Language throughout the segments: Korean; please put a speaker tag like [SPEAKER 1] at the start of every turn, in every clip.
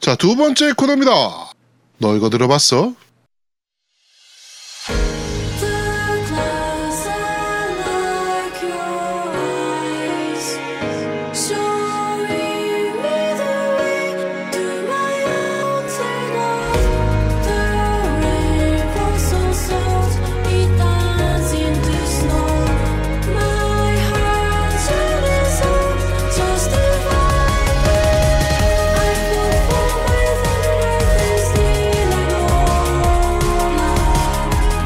[SPEAKER 1] 자, 두 번째 코너입니다. 너 이거 들어봤어?
[SPEAKER 2] Just divine. I feel for my breathless need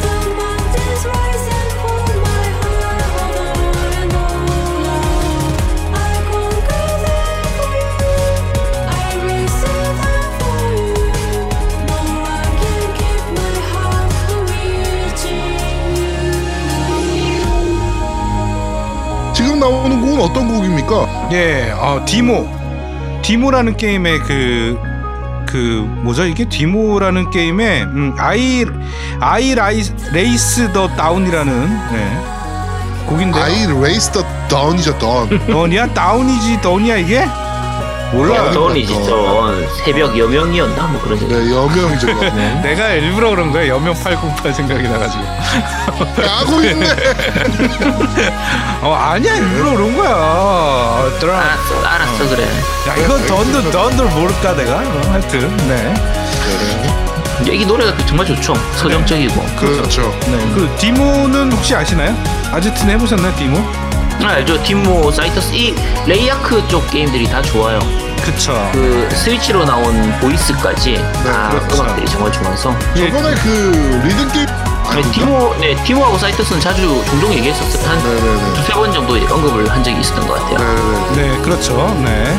[SPEAKER 2] The mountains rise and fall, my heart over and over. I conquer them for you. I receive them for you. No one can keep my heart from reaching you.
[SPEAKER 1] 지금 나오는 곡은 어떤 곡입니까?
[SPEAKER 3] 예, 어, 디모. 디모라는 게임의 그, 그, 뭐죠? 이게 디모라는 게임의, 음, 아이, 아이 라이, 레이스 더 다운이라는, 예. 곡인데.
[SPEAKER 1] I raised the dawn이죠, dawn.
[SPEAKER 3] 너냐? 다운이지, 더냐, 이게? 몰라.
[SPEAKER 1] 다운.
[SPEAKER 4] 던이지
[SPEAKER 1] 어.
[SPEAKER 4] 던 새벽 여명이었나 뭐 그런
[SPEAKER 1] 네,
[SPEAKER 4] 생각
[SPEAKER 1] 여명이죠, 그거.
[SPEAKER 3] 내가 일부러 그런 거야. 여명 808 생각이 나가지고.
[SPEAKER 1] 야구 있네.
[SPEAKER 3] 어, 아니야. 일부러 그런 거야. 어, 드라.
[SPEAKER 4] 아, 알았어 알았어 그래
[SPEAKER 3] 야, 이건 던들, 던들 모를까, 내가? 어, 하여튼, 네.
[SPEAKER 4] 이제 이 노래가 그 정말 좋죠 서정적이고
[SPEAKER 1] 그렇죠.
[SPEAKER 3] 네. 그, 디모는 혹시 아시나요? 아제트는 해보셨나요, 디모?
[SPEAKER 4] 아, 알죠 디모 사이터스 이 레이아크 쪽 게임들이 다 좋아요
[SPEAKER 3] 그쵸.
[SPEAKER 4] 그 스위치로 나온 보이스까지
[SPEAKER 1] 네,
[SPEAKER 4] 다
[SPEAKER 3] 그렇죠.
[SPEAKER 4] 음악들이 정말 좋아서
[SPEAKER 3] 예.
[SPEAKER 1] 저번에 그 리듬 게임
[SPEAKER 4] 네,
[SPEAKER 1] 아닌가?
[SPEAKER 4] 디모 네 디모하고 사이터스는 자주 종종 얘기했었어요
[SPEAKER 1] 음. 네네네.
[SPEAKER 4] 한두세 번 정도 언급을 한 적이 있었던 것 같아요
[SPEAKER 1] 네네.
[SPEAKER 3] 네, 그렇죠. 네.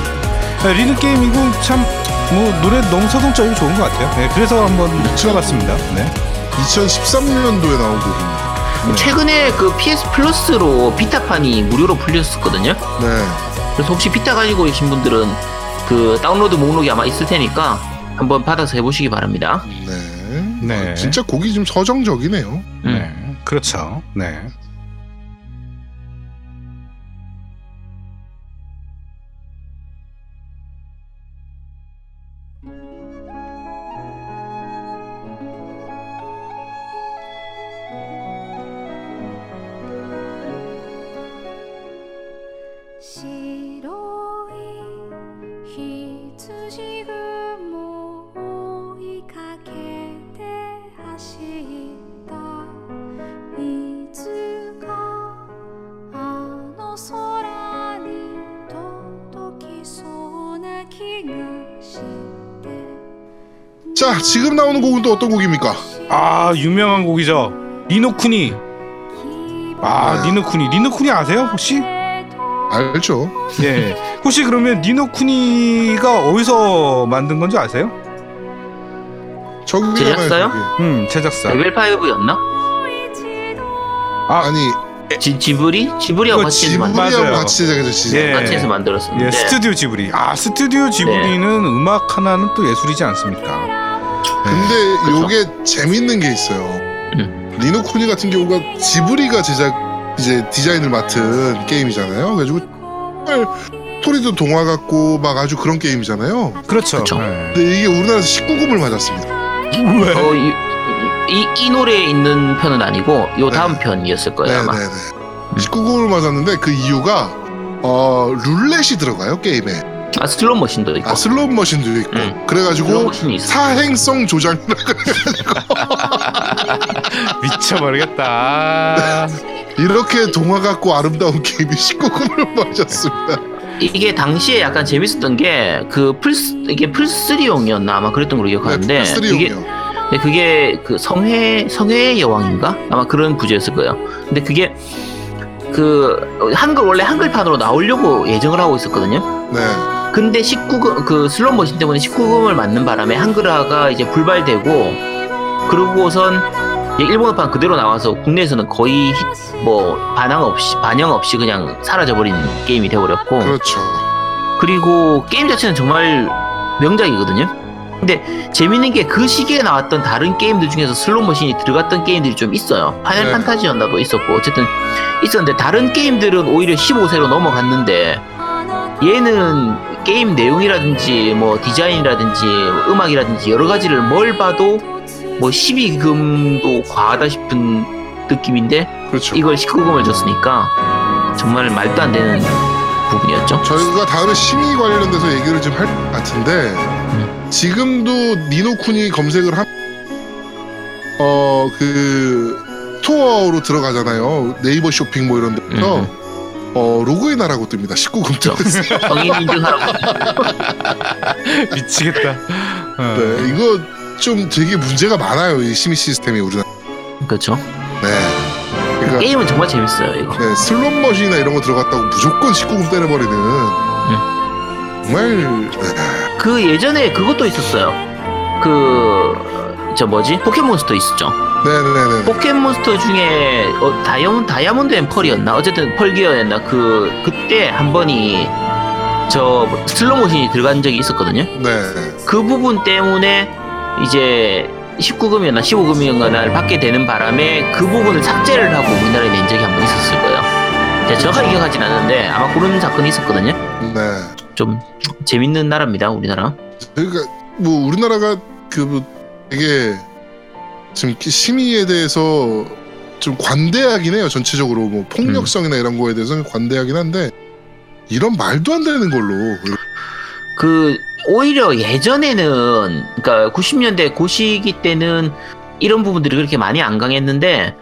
[SPEAKER 3] 네, 리듬 게임이고 참. 뭐 노래 너무 서동적이고 좋은 것 같아요. 네, 그래서 한번 들어봤습니다. 네,
[SPEAKER 1] 2013년도에 나온 곡입니다.
[SPEAKER 4] 최근에 그 PS 플러스로 비타판이 무료로 풀렸었거든요
[SPEAKER 1] 네.
[SPEAKER 4] 그래서 혹시 피타 가지고 계신 분들은 그 다운로드 목록이 아마 있을 테니까 한번 받아서 해보시기 바랍니다.
[SPEAKER 1] 네.
[SPEAKER 3] 네.
[SPEAKER 1] 아, 진짜 곡이 좀 서정적이네요.
[SPEAKER 4] 음.
[SPEAKER 3] 네, 그렇죠. 네,
[SPEAKER 2] 白い羊雲を追いかけて走ったいつかあの空に届きそうな気がして
[SPEAKER 1] 자 지금 나오는 곡은 또 어떤 곡입니까?
[SPEAKER 3] 아 유명한 곡이죠. 리노쿠니. 아 리노쿠니, 리노쿠니 아세요
[SPEAKER 4] 뭐,
[SPEAKER 1] 뭐,
[SPEAKER 3] 혹시?
[SPEAKER 1] 알죠?
[SPEAKER 3] 예. 혹시 그러면 리노쿠니가 어디서 만든 건지 아세요?
[SPEAKER 1] 저기
[SPEAKER 4] 제작사요?
[SPEAKER 1] 하나의 곡이.
[SPEAKER 3] 음, 제작사.
[SPEAKER 4] 레벨 5였나?
[SPEAKER 2] 一度
[SPEAKER 1] 아니
[SPEAKER 4] 지, 지브리? 지브리하고
[SPEAKER 3] 그거
[SPEAKER 4] 같이 해서
[SPEAKER 3] 지브리-
[SPEAKER 4] 만들-
[SPEAKER 3] 맞아요.
[SPEAKER 1] 지브리하고 같이 제작했죠.
[SPEAKER 3] 예.
[SPEAKER 4] 같이 해서 만들었었는데
[SPEAKER 3] 예, 스튜디오 지브리. 아, 스튜디오 지브리는 음악 하나는 또 예술이지 않습니까?
[SPEAKER 1] 근데
[SPEAKER 4] 네, 그쵸.
[SPEAKER 1] 요게 재밌는 게 있어요.
[SPEAKER 4] 음.
[SPEAKER 1] 리노쿠니 같은 경우가 지브리가 제작 이제 디자인을 맡은 게임이잖아요. 그래가지고 정말 스토리도 동화 같고 막 아주 그런 게임이잖아요.
[SPEAKER 3] 그렇죠.
[SPEAKER 4] 그쵸.
[SPEAKER 3] 네.
[SPEAKER 1] 근데 이게 우리나라에서 19금을 맞았습니다.
[SPEAKER 3] 왜?
[SPEAKER 4] 어, 이, 이, 이 노래에 있는 편은 아니고 요 다음 편이었을 거예요 아마
[SPEAKER 1] 네네네. 19금을 맞았는데 그 이유가 어 룰렛이 들어가요 게임에.
[SPEAKER 4] 아 슬롯 머신도 있고
[SPEAKER 1] 아 슬롯 머신도 있고
[SPEAKER 4] 음. 슬롯
[SPEAKER 1] 그래가지고
[SPEAKER 4] 머신이 있어
[SPEAKER 1] 사행성 조장
[SPEAKER 3] 미쳐버리겠다.
[SPEAKER 1] 이렇게 동화 같고 아름다운 게임이 19금을 맞았습니다.
[SPEAKER 4] 이게 당시에 약간 재밌었던 게 그 플스 이게 플스리용이었나 아마 그랬던 걸로
[SPEAKER 1] 네,
[SPEAKER 4] 기억하는데 이게
[SPEAKER 1] 플스3용이요.
[SPEAKER 4] 근데 그게 그 성회 성회의 여왕인가 아마 그런 부제였을 거예요. 근데 그게 그 한글 원래 한글판으로 나오려고 예정을 하고 있었거든요.
[SPEAKER 1] 네.
[SPEAKER 4] 근데 19금 그 슬롯 머신 때문에 19금을 맞는 바람에 한글화가 이제 불발되고 그러고선 이제 일본어판 그대로 나와서 국내에서는 거의 히- 뭐 반항 없이 반영 없이 그냥 사라져버린 게임이 돼버렸고
[SPEAKER 1] 그렇죠.
[SPEAKER 4] 그리고 게임 자체는 정말 명작이거든요. 근데 재밌는 게 그 시기에 나왔던 다른 게임들 중에서 슬롯 머신이 들어갔던 게임들이 좀 있어요. 파이널
[SPEAKER 1] 네.
[SPEAKER 4] 판타지였나도 뭐 있었고 어쨌든 있었는데 다른 게임들은 오히려 15세로 넘어갔는데 얘는 게임 내용이라든지 뭐 디자인이라든지 음악이라든지 여러 가지를 뭘 봐도 뭐 12금도 과하다 싶은 느낌인데
[SPEAKER 1] 그렇죠.
[SPEAKER 4] 이걸 19금을 줬으니까 정말 말도 안 되는 부분이었죠.
[SPEAKER 1] 저희가 다음에 심의 관련돼서 얘기를 좀 할 것 같은데 네. 지금도 니노쿤이 검색을 하 어그 스토어로 들어가잖아요 네이버 쇼핑 뭐 이런 데서
[SPEAKER 4] 음.
[SPEAKER 1] 어 로그인하라고 뜹니다 19금
[SPEAKER 4] 그렇죠.
[SPEAKER 1] 뜨면서
[SPEAKER 4] 성인 인증하라고.
[SPEAKER 3] 미치겠다. 어.
[SPEAKER 1] 네, 이거 좀 되게 문제가 많아요 이 심의 시스템이 우리나라
[SPEAKER 4] 그렇죠.
[SPEAKER 1] 네 그러니까
[SPEAKER 4] 게임은 정말 재밌어요 이거.
[SPEAKER 1] 네, 슬롯머신이나 이런 거 들어갔다고 무조건 19금 때려버리는 네. 정말
[SPEAKER 4] 그 예전에 그것도 있었어요. 그 저 뭐지 포켓몬스터 있었죠.
[SPEAKER 1] 네네네네
[SPEAKER 4] 포켓몬스터 중에 어, 다이아몬 다이아몬드 앤 펄이었나 어쨌든 펄기어였나 그 그때 한 번이 저 슬로모션이 들어간 적이 있었거든요.
[SPEAKER 1] 네
[SPEAKER 4] 그 부분 때문에 이제 19금이었나 15금이었나를 받게 되는 바람에 그 부분을 삭제를 하고 우리나라에 낸 적이 한 번 있었을 거예요. 제가 정확하게 기억하진 않는데 아마 그런 사건이 있었거든요.
[SPEAKER 1] 네.
[SPEAKER 4] 좀 재밌는 나라입니다 우리나라.
[SPEAKER 1] 그러니까 뭐 우리나라가 그뭐 되게 지금 기- 심의에 대해서 좀 관대하긴 해요 전체적으로 뭐 폭력성이나 이런 거에 대해서는 관대하긴 한데 이런 말도 안 되는 걸로
[SPEAKER 4] 그 오히려 예전에는 그러니까 90년대 고시기 때는 이런 부분들이 그렇게 많이 안 강했는데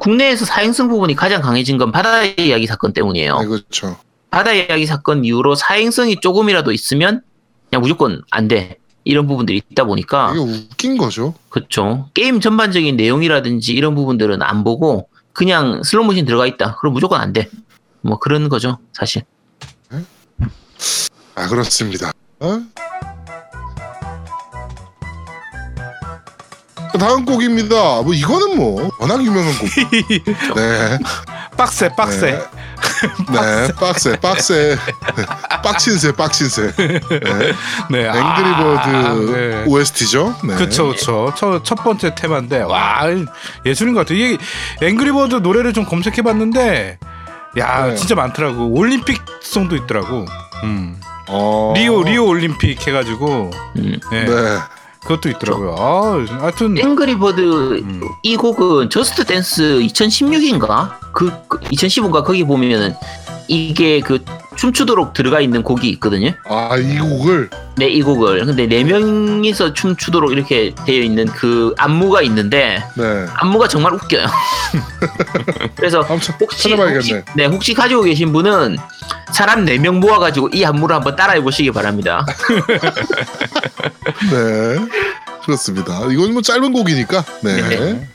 [SPEAKER 4] 국내에서 사행성 부분이 가장 강해진 건 바다 이야기 사건 때문이에요.
[SPEAKER 1] 네, 그렇죠
[SPEAKER 4] 바다 이야기 사건 이후로 사행성이 조금이라도 있으면 그냥 무조건 안 돼. 이런 부분들이 있다 보니까
[SPEAKER 1] 이게 웃긴 거죠
[SPEAKER 4] 그렇죠. 게임 전반적인 내용이라든지 이런 부분들은 안 보고 그냥 슬로모션 들어가 있다. 그럼 무조건 안 돼. 뭐 그런 거죠, 사실.
[SPEAKER 1] 아 그렇습니다 어? 그 다음 곡입니다 뭐 이거는 뭐 워낙 유명한 곡네
[SPEAKER 3] 빡세 빡세.
[SPEAKER 1] 네. 네, 빡세, 빡세, 빡친새, 빡친새. 네.
[SPEAKER 3] 네.
[SPEAKER 1] 앵그리버드 OST죠. 네.
[SPEAKER 3] 그쵸 그쵸 첫첫 번째 테마인데 와 예술인 것 같아요. 이 앵그리버드 노래를 좀 검색해봤는데 야
[SPEAKER 1] 네.
[SPEAKER 3] 진짜 많더라고 올림픽 송도 있더라고. 음.
[SPEAKER 1] 어.
[SPEAKER 3] 리오 리오 올림픽 해가지고
[SPEAKER 4] 음.
[SPEAKER 3] 예,
[SPEAKER 1] 네.
[SPEAKER 3] 그것도 있더라고요. 아,
[SPEAKER 4] 네.
[SPEAKER 3] 하여튼
[SPEAKER 4] 앵그리버드
[SPEAKER 3] 음.
[SPEAKER 4] 이 곡은 저스트 댄스 2016인가? 그, 2015인가 거기 보면은 이게 그 춤추도록 들어가 있는 곡이 있거든요.
[SPEAKER 1] 아, 이 곡을
[SPEAKER 4] 네, 이 곡을. 근데 네 명이서 춤추도록 이렇게 되어 있는 그 안무가 있는데
[SPEAKER 1] 네.
[SPEAKER 4] 안무가 정말 웃겨요. 그래서
[SPEAKER 1] 아무튼
[SPEAKER 4] 혹시,
[SPEAKER 1] 찾아봐야겠네.
[SPEAKER 4] 혹시- 네, 혹시 가지고 계신 분은 사람 네 명 모아 가지고 이 안무를 한번 따라해 보시기 바랍니다.
[SPEAKER 1] 네. 그렇습니다. 이건 뭐 짧은 곡이니까. 네.
[SPEAKER 4] 네.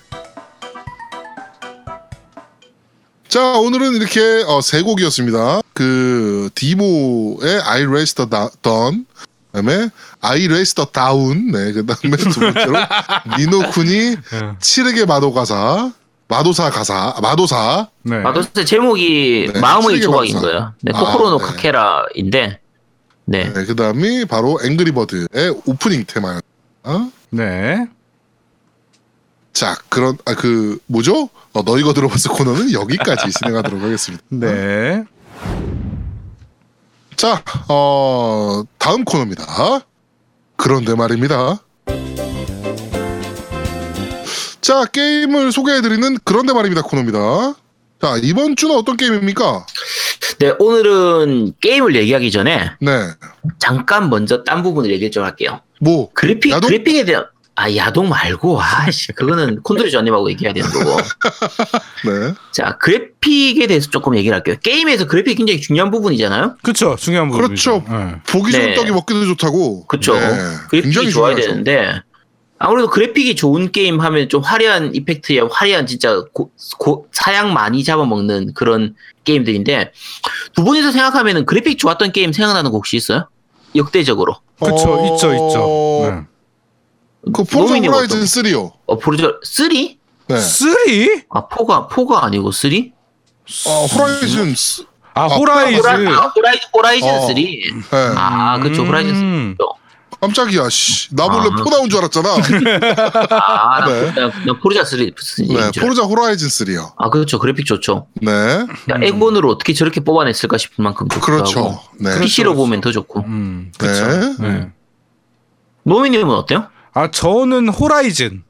[SPEAKER 1] 자, 오늘은 이렇게 어, 세 곡이었습니다. 그 디모의 I Raise the Da- Dawn 그다음에 I Raise the Down 네, 그다음에 두 번째로 니노 쿤이
[SPEAKER 3] 예,
[SPEAKER 1] 칠흑의 마도가사 마도사 가사 아, 마도사
[SPEAKER 3] 네.
[SPEAKER 4] 마도스 제목이
[SPEAKER 1] 네,
[SPEAKER 4] 마음의
[SPEAKER 1] 실력이
[SPEAKER 4] 조각인
[SPEAKER 1] 많아서.
[SPEAKER 4] 거예요. 네,
[SPEAKER 1] 아,
[SPEAKER 4] 코코로노
[SPEAKER 1] 네.
[SPEAKER 4] 카케라인데 네.
[SPEAKER 1] 네, 그다음이 바로 앵그리버드의 오프닝 테마였다.
[SPEAKER 3] 네.
[SPEAKER 1] 자, 그런 아 그 뭐죠? 어, 너희가 들어봤을 코너는 여기까지 진행하도록 하겠습니다.
[SPEAKER 3] 네.
[SPEAKER 1] 자, 어 다음 코너입니다. 그런데 말입니다. 자, 게임을 소개해드리는 그런데 말입니다 코너입니다. 자, 이번 주는 어떤 게임입니까?
[SPEAKER 4] 네, 오늘은 게임을 얘기하기 전에
[SPEAKER 1] 네,
[SPEAKER 4] 잠깐 먼저 딴 부분을 얘기 좀 할게요.
[SPEAKER 1] 뭐,
[SPEAKER 4] 그래픽,
[SPEAKER 1] 야동?
[SPEAKER 4] 그래픽에 대한, 아, 야동 말고, 아씨, 그거는 콘드리 전님하고 얘기해야 되는 거고.
[SPEAKER 1] 네,
[SPEAKER 4] 자, 그래픽에 대해서 조금 얘기를 할게요. 게임에서 그래픽이 굉장히 중요한 부분이잖아요?
[SPEAKER 3] 그쵸 중요한 부분이죠.
[SPEAKER 1] 그렇죠. 보기 좋은
[SPEAKER 4] 네.
[SPEAKER 1] 떡이 먹기도 좋다고. 네.
[SPEAKER 4] 그쵸. 그래픽이 좋아야 되는데, 아무래도 그래픽이 좋은 게임 하면 좀 화려한 이펙트에 화려한 진짜 고- 고- 사양 많이 잡아먹는 그런 게임들인데, 두 분이서 생각하면은 그래픽 좋았던 게임 생각나는 거 혹시 있어요? 역대적으로.
[SPEAKER 3] 그쵸
[SPEAKER 1] 어,
[SPEAKER 3] 있죠 네. 있죠.
[SPEAKER 1] 그 포르자
[SPEAKER 4] 노미님 어떤
[SPEAKER 1] 호라이즌 3요.
[SPEAKER 4] 어, 포르자 3?
[SPEAKER 1] 네.
[SPEAKER 3] 쓰리?
[SPEAKER 4] 아, 포가, 포가 아니고 3?
[SPEAKER 1] 어, 호라이즌 쓰-
[SPEAKER 3] 아
[SPEAKER 1] 아,
[SPEAKER 3] 호라이즈.
[SPEAKER 4] 호라, 아, 호라이즌, 호라이즌
[SPEAKER 1] 어.
[SPEAKER 4] 3.
[SPEAKER 1] 네.
[SPEAKER 4] 아, 그쵸, 호라이즌 3.
[SPEAKER 3] 음.
[SPEAKER 1] 깜짝이야. 씨. 나 몰래
[SPEAKER 4] 아.
[SPEAKER 1] 포 나온 줄 알았잖아.
[SPEAKER 4] 아, 나,
[SPEAKER 1] 네.
[SPEAKER 4] 나, 나 포르자 3.
[SPEAKER 1] 네, 포르자 호라이즌 3요.
[SPEAKER 4] 아, 그렇죠. 그래픽 좋죠.
[SPEAKER 1] 네,
[SPEAKER 4] 야,
[SPEAKER 3] 음.
[SPEAKER 4] 에곤으로 어떻게 저렇게 뽑아냈을까 싶을 만큼 좋고.
[SPEAKER 1] 그렇죠. 네,
[SPEAKER 3] 그렇죠,
[SPEAKER 4] PC로
[SPEAKER 3] 그렇죠.
[SPEAKER 4] 보면 더 좋고.
[SPEAKER 3] 음,
[SPEAKER 1] 네.
[SPEAKER 3] 그렇죠. 네.
[SPEAKER 4] 노미님은 어때요?
[SPEAKER 3] 아 저는 호라이즌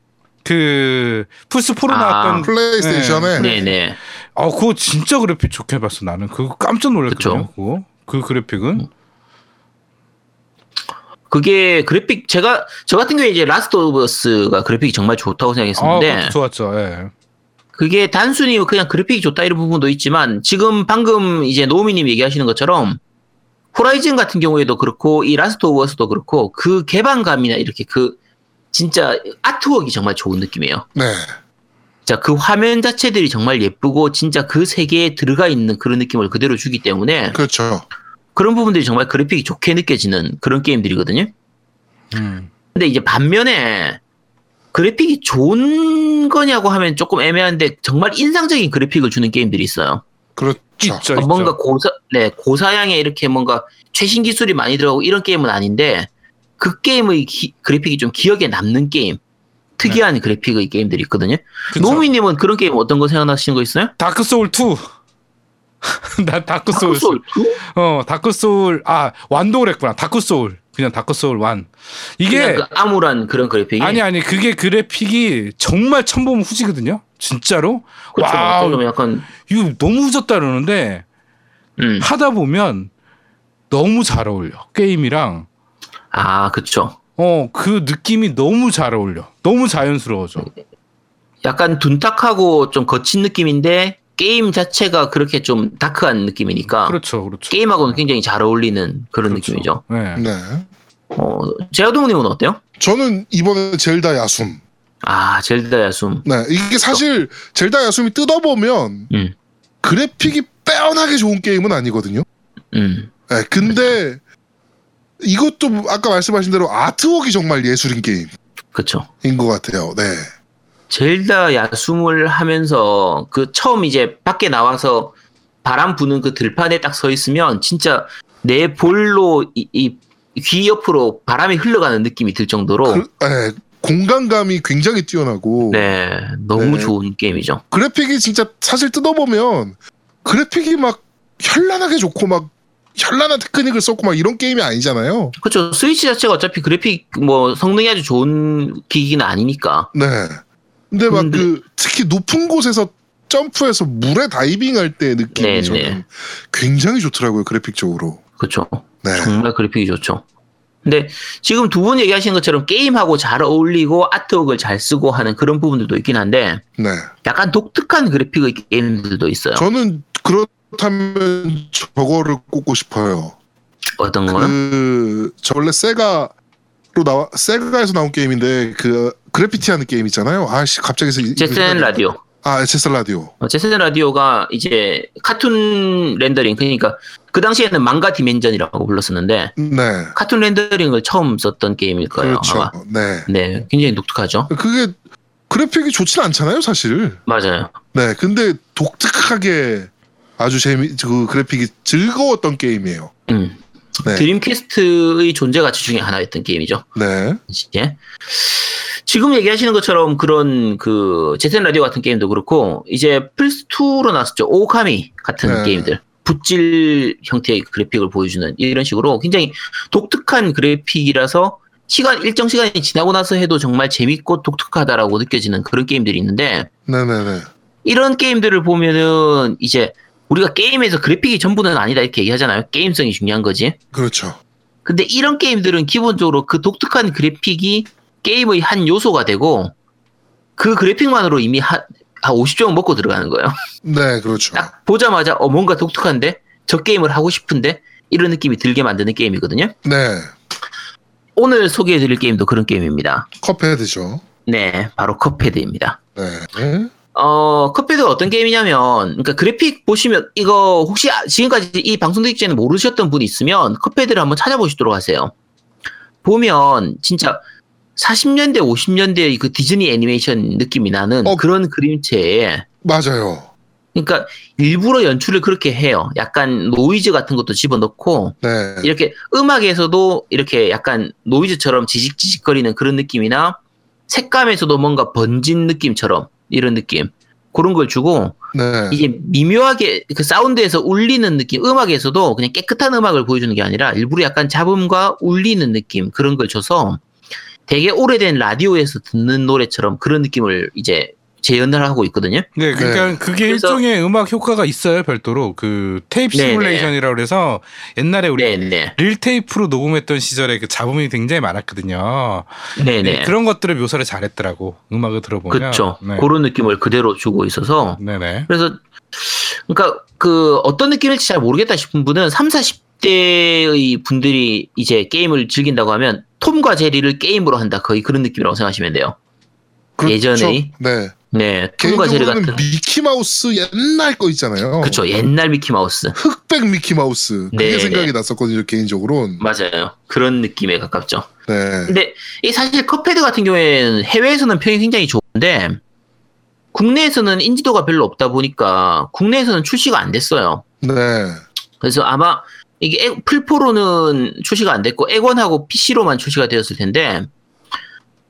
[SPEAKER 3] 그 플스 포로
[SPEAKER 4] 아.
[SPEAKER 3] 나왔던 그,
[SPEAKER 1] 플레이스테이션에
[SPEAKER 4] 네, 네.
[SPEAKER 3] 아 그거 진짜 그래픽 좋게 봤어 나는 그거 깜짝 놀랐거든요.
[SPEAKER 4] 그쵸. 음,
[SPEAKER 3] 그거 그 그래픽은
[SPEAKER 4] 그게 그래픽 제가 저 같은 경우에 이제 라스트 오브 어스가 그래픽이 정말 좋다고
[SPEAKER 3] 아
[SPEAKER 4] 생각했었는데
[SPEAKER 3] 그것도 좋았죠. 예.
[SPEAKER 4] 그게 단순히 그냥 그래픽이 좋다 이런 부분도 있지만 지금 방금 이제 노우미님 얘기하시는 것처럼 호라이즌 같은 경우에도 그렇고 이 라스트 오브 어스도 그렇고 그 개방감이나 이렇게 그 진짜 아트웍이 정말 좋은 느낌이에요.
[SPEAKER 1] 네,
[SPEAKER 4] 자, 그 화면 자체들이 정말 예쁘고 진짜 그 세계에 들어가 있는 그런 느낌을 그대로 주기 때문에
[SPEAKER 1] 그렇죠.
[SPEAKER 4] 그런 부분들이 정말 그래픽이 좋게 느껴지는 그런 게임들이거든요.
[SPEAKER 3] 음.
[SPEAKER 4] 근데 이제 반면에 그래픽이 좋은 거냐고 하면 조금 애매한데 정말 인상적인 그래픽을 주는 게임들이 있어요.
[SPEAKER 1] 그렇죠.
[SPEAKER 3] 있죠,
[SPEAKER 4] 그러니까
[SPEAKER 3] 있죠.
[SPEAKER 4] 뭔가 고사, 네, 고사양에 이렇게 뭔가 최신 기술이 많이 들어가고 이런 게임은 아닌데 그 게임의 기- 그래픽이 좀 기억에 남는 게임. 특이한 그래픽의 게임들이 있거든요.
[SPEAKER 3] 네. 그쵸.
[SPEAKER 4] 노미님은 그런 게임 어떤 거 생각나시는 거 있어요?
[SPEAKER 3] 다크 소울 2. 나 다크 그 소울.
[SPEAKER 4] 다크 소울 2?
[SPEAKER 3] 어, 다크 소울. 아, 완도를 했구나. 다크 소울. 그냥 다크 소울 1. 이게
[SPEAKER 4] 그냥 그 암울한 그런 그래픽이
[SPEAKER 3] 아니 아니 그게 그래픽이 정말 첨보면 후지거든요. 진짜로.
[SPEAKER 4] 그렇죠.
[SPEAKER 3] 와우.
[SPEAKER 4] 좀 약간
[SPEAKER 3] 이거 너무 후졌다 그러는데
[SPEAKER 4] 음.
[SPEAKER 3] 하다 보면 너무 잘 어울려. 게임이랑
[SPEAKER 4] 아, 그쵸.
[SPEAKER 3] 어, 그 느낌이 너무 잘 어울려. 너무 자연스러워져.
[SPEAKER 4] 약간 둔탁하고 좀 거친 느낌인데 게임 자체가 그렇게 좀 다크한 느낌이니까
[SPEAKER 3] 그렇죠. 그렇죠.
[SPEAKER 4] 아. 게임하고는 굉장히 잘 어울리는 그런
[SPEAKER 3] 그렇죠.
[SPEAKER 4] 느낌이죠.
[SPEAKER 3] 네.
[SPEAKER 1] 네,
[SPEAKER 4] 어, 제아동님은 어때요?
[SPEAKER 1] 저는 이번에 젤다 야숨.
[SPEAKER 4] 아, 젤다 야숨.
[SPEAKER 1] 네, 이게 사실 젤다 야숨이 뜯어보면
[SPEAKER 4] 음.
[SPEAKER 1] 그래픽이 빼어나게 좋은 게임은 아니거든요.
[SPEAKER 4] 음.
[SPEAKER 1] 네, 근데 이것도 아까 말씀하신 대로 아트웍이 정말 예술인 게임인
[SPEAKER 4] 그쵸.
[SPEAKER 1] 것 같아요. 네,
[SPEAKER 4] 젤다 야숨을 하면서 그 처음 이제 밖에 나와서 바람 부는 그 들판에 딱 서 있으면 진짜 내 볼로 이, 이 귀 옆으로 바람이 흘러가는 느낌이 들 정도로
[SPEAKER 1] 그, 네, 공간감이 굉장히 뛰어나고
[SPEAKER 4] 어. 네 너무
[SPEAKER 1] 네.
[SPEAKER 4] 좋은 게임이죠.
[SPEAKER 1] 그래픽이 진짜 사실 뜯어보면 그래픽이 막 현란하게 좋고 막 현란한 테크닉을 썼고 막 이런 게임이 아니잖아요.
[SPEAKER 4] 그렇죠. 스위치 자체가 어차피 그래픽 뭐 성능이 아주 좋은 기기는 아니니까.
[SPEAKER 1] 네. 근데 막
[SPEAKER 4] 근데-
[SPEAKER 1] 그 특히 높은 곳에서 점프해서 물에 다이빙할 때 느낌이
[SPEAKER 4] 네,
[SPEAKER 1] 저는
[SPEAKER 4] 네.
[SPEAKER 1] 굉장히 좋더라고요 그래픽적으로.
[SPEAKER 4] 그렇죠.
[SPEAKER 1] 네.
[SPEAKER 4] 정말 그래픽이 좋죠. 근데 지금 두 분 얘기하신 것처럼 게임하고 잘 어울리고 아트웍을 잘 쓰고 하는 그런 부분들도 있긴 한데
[SPEAKER 1] 네.
[SPEAKER 4] 약간 독특한 그래픽의 게임들도 있어요.
[SPEAKER 1] 저는 그렇다면 저거를 꼽고 싶어요.
[SPEAKER 4] 어떤 거요?
[SPEAKER 1] 그, 저 원래 세가로 나와, 세가에서 나온 게임인데 그 그래피티 하는 게임 있잖아요. 아씨, 갑자기. 이-
[SPEAKER 4] 제센
[SPEAKER 1] 그 이-
[SPEAKER 4] 라디오.
[SPEAKER 1] 아, 제센 라디오.
[SPEAKER 4] 어, 제센 라디오가 이제 카툰 렌더링 그러니까 그 당시에는 망가 디멘전이라고 불렀었는데
[SPEAKER 1] 네.
[SPEAKER 4] 카툰 렌더링을 처음 썼던 게임일 거예요.
[SPEAKER 1] 그렇죠.
[SPEAKER 4] 아마.
[SPEAKER 1] 네.
[SPEAKER 4] 네, 굉장히 독특하죠.
[SPEAKER 1] 그게 그래픽이 좋진 않잖아요, 사실.
[SPEAKER 4] 맞아요.
[SPEAKER 1] 네. 근데 독특하게 아주 재미 그 그래픽이 즐거웠던 게임이에요.
[SPEAKER 4] 음.
[SPEAKER 1] 네.
[SPEAKER 4] 드림캐스트의 존재 가치 중에 하나였던 게임이죠.
[SPEAKER 1] 네.
[SPEAKER 4] 이제 예? 지금 얘기하시는 것처럼 그런 그 재생 라디오 같은 게임도 그렇고 이제 플스 2로 나왔었죠. 오카미 같은
[SPEAKER 1] 네.
[SPEAKER 4] 게임들. 붓질 형태의 그래픽을 보여주는 이런 식으로 굉장히 독특한 그래픽이라서 시간 일정 시간이 지나고 나서 해도 정말 재밌고 독특하다라고 느껴지는 그런 게임들이 있는데
[SPEAKER 1] 네, 네, 네.
[SPEAKER 4] 이런 게임들을 보면은 이제 우리가 게임에서 그래픽이 전부는 아니다 이렇게 얘기하잖아요. 게임성이 중요한 거지.
[SPEAKER 1] 그렇죠.
[SPEAKER 4] 근데 이런 게임들은 기본적으로 그 독특한 그래픽이 게임의 한 요소가 되고 그 그래픽만으로 이미 한, 한 50점은 먹고 들어가는 거예요.
[SPEAKER 1] 네, 그렇죠.
[SPEAKER 4] 딱 보자마자 어 뭔가 독특한데 저 게임을 하고 싶은데 이런 느낌이 들게 만드는 게임이거든요.
[SPEAKER 1] 네.
[SPEAKER 4] 오늘 소개해드릴 게임도 그런 게임입니다.
[SPEAKER 1] 컵헤드죠.
[SPEAKER 4] 네, 바로 컵헤드입니다.
[SPEAKER 1] 네. 네.
[SPEAKER 4] 어, 컵헤드 어떤 게임이냐면, 그러니까 그래픽 보시면, 이거 혹시 아- 지금까지 이 방송 듣기 전에 모르셨던 분이 있으면 컵헤드를 한번 찾아보시도록 하세요. 보면, 진짜 40년대, 50년대의 그 디즈니 애니메이션 느낌이 나는
[SPEAKER 1] 어.
[SPEAKER 4] 그런 그림체에,
[SPEAKER 1] 맞아요.
[SPEAKER 4] 그러니까 일부러 연출을 그렇게 해요. 약간 노이즈 같은 것도 집어넣고
[SPEAKER 1] 네.
[SPEAKER 4] 이렇게 음악에서도 이렇게 약간 노이즈처럼 지직지직거리는 그런 느낌이나 색감에서도 뭔가 번진 느낌처럼 이런 느낌 그런 걸 주고
[SPEAKER 1] 네.
[SPEAKER 4] 이게 미묘하게 그 사운드에서 울리는 느낌 음악에서도 그냥 깨끗한 음악을 보여주는 게 아니라 일부러 약간 잡음과 울리는 느낌 그런 걸 줘서 되게 오래된 라디오에서 듣는 노래처럼 그런 느낌을 이제 재현을 하고 있거든요.
[SPEAKER 3] 네, 그러니까 그게
[SPEAKER 4] 그래서-
[SPEAKER 3] 일종의 음악 효과가 있어요, 별도로. 그 테이프
[SPEAKER 4] 네,
[SPEAKER 3] 시뮬레이션이라고 그래서 옛날에 우리
[SPEAKER 4] 네네
[SPEAKER 3] 릴 테이프로 녹음했던 시절에 그 잡음이 굉장히 많았거든요.
[SPEAKER 4] 네네
[SPEAKER 3] 그런 것들을 묘사를 잘했더라고. 음악을 들어보면.
[SPEAKER 4] 그렇죠.
[SPEAKER 3] 네.
[SPEAKER 4] 그런 느낌을 그대로 주고 있어서
[SPEAKER 3] 네네.
[SPEAKER 4] 그래서 그러니까 그 어떤 느낌일지 잘 모르겠다 싶은 분은 3, 40대의 분들이 이제 게임을 즐긴다고 하면 톰과 제리를 게임으로 한다 거의 그런 느낌이라고 생각하시면 돼요. 예전의
[SPEAKER 1] 그렇죠. 네.
[SPEAKER 4] 네, 톰과 제리 같은
[SPEAKER 1] 개인적으로는 미키 마우스 옛날 거 있잖아요.
[SPEAKER 4] 그쵸 옛날 미키 마우스
[SPEAKER 1] 흑백 미키 마우스. 그게
[SPEAKER 4] 네,
[SPEAKER 1] 생각이
[SPEAKER 4] 네.
[SPEAKER 1] 났었거든요, 개인적으로는.
[SPEAKER 4] 맞아요 그런 느낌에 가깝죠.
[SPEAKER 1] 네.
[SPEAKER 4] 근데 이 사실 컵헤드 같은 경우에는 해외에서는 평이 굉장히 좋은데 국내에서는 인지도가 별로 없다 보니까 국내에서는 출시가 안 됐어요.
[SPEAKER 1] 네.
[SPEAKER 4] 그래서 아마 이게 애- 풀포로는 출시가 안 됐고 액원하고 PC로만 출시가 되었을 텐데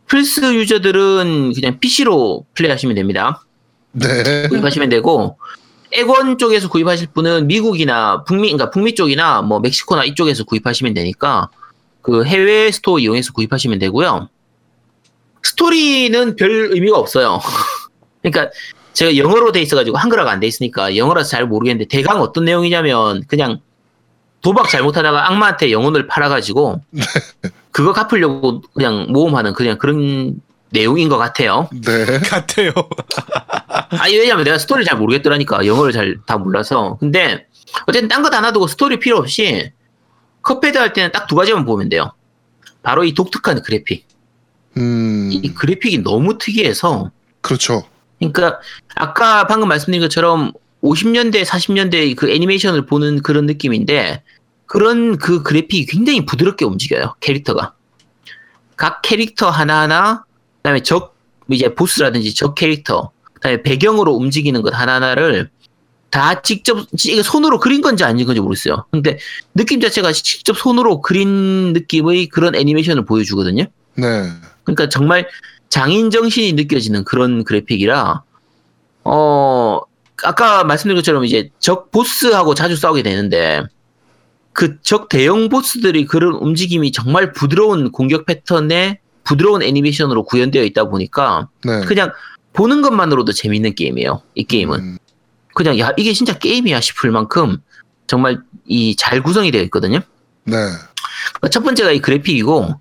[SPEAKER 4] 플스 유저들은 그냥 PC로 플레이하시면 됩니다.
[SPEAKER 1] 네.
[SPEAKER 4] 구입하시면 되고 액원 쪽에서 구입하실 분은 미국이나 북미 그러니까 북미 쪽이나 뭐 멕시코나 이쪽에서 구입하시면 되니까 그 해외 스토어 이용해서 구입하시면 되고요. 스토리는 별 의미가 없어요. 그러니까 제가 영어로 돼 있어가지고 한글화가 안 돼 있으니까 영어라서 잘 모르겠는데 대강 어떤 내용이냐면 그냥 도박 잘못하다가 악마한테 영혼을 팔아가지고 그거 갚으려고 그냥 모험하는 그냥 그런 내용인 것 같아요.
[SPEAKER 1] 네.
[SPEAKER 3] 같아요.
[SPEAKER 4] 아니 왜냐면 내가 스토리를 잘 모르겠더라니까 영어를 잘 다 몰라서 근데 어쨌든 딴 거 다 놔두고 스토리 필요 없이 컵헤드 할 때는 딱 두 가지만 보면 돼요 바로 이 독특한 그래픽
[SPEAKER 1] 음.
[SPEAKER 4] 이 그래픽이 너무 특이해서
[SPEAKER 1] 그렇죠.
[SPEAKER 4] 그러니까 아까 방금 말씀드린 것처럼 50년대 40년대 그 애니메이션을 보는 그런 느낌인데 그런 그 그래픽이 굉장히 부드럽게 움직여요 캐릭터가 각 캐릭터 하나하나 그다음에 적 이제 보스라든지 적 캐릭터 그다음에 배경으로 움직이는 것 하나하나를 다 직접 이게 손으로 그린 건지 아닌 건지 모르겠어요. 근데 느낌 자체가 직접 손으로 그린 느낌의 그런 애니메이션을 보여주거든요.
[SPEAKER 1] 네.
[SPEAKER 4] 그러니까 정말 장인 정신이 느껴지는 그런 그래픽이라 어 아까 말씀드린 것처럼 이제 적 보스하고 자주 싸우게 되는데 그 적 대형 보스들이 그런 움직임이 정말 부드러운 공격 패턴에 부드러운 애니메이션으로 구현되어 있다 보니까
[SPEAKER 1] 네.
[SPEAKER 4] 그냥 보는 것만으로도 재밌는 게임이에요. 이 게임은
[SPEAKER 1] 음,
[SPEAKER 4] 그냥 야 이게 진짜 게임이야 싶을 만큼 정말 이 잘 구성이 되어 있거든요.
[SPEAKER 1] 네.
[SPEAKER 4] 그러니까 첫 번째가 이 그래픽이고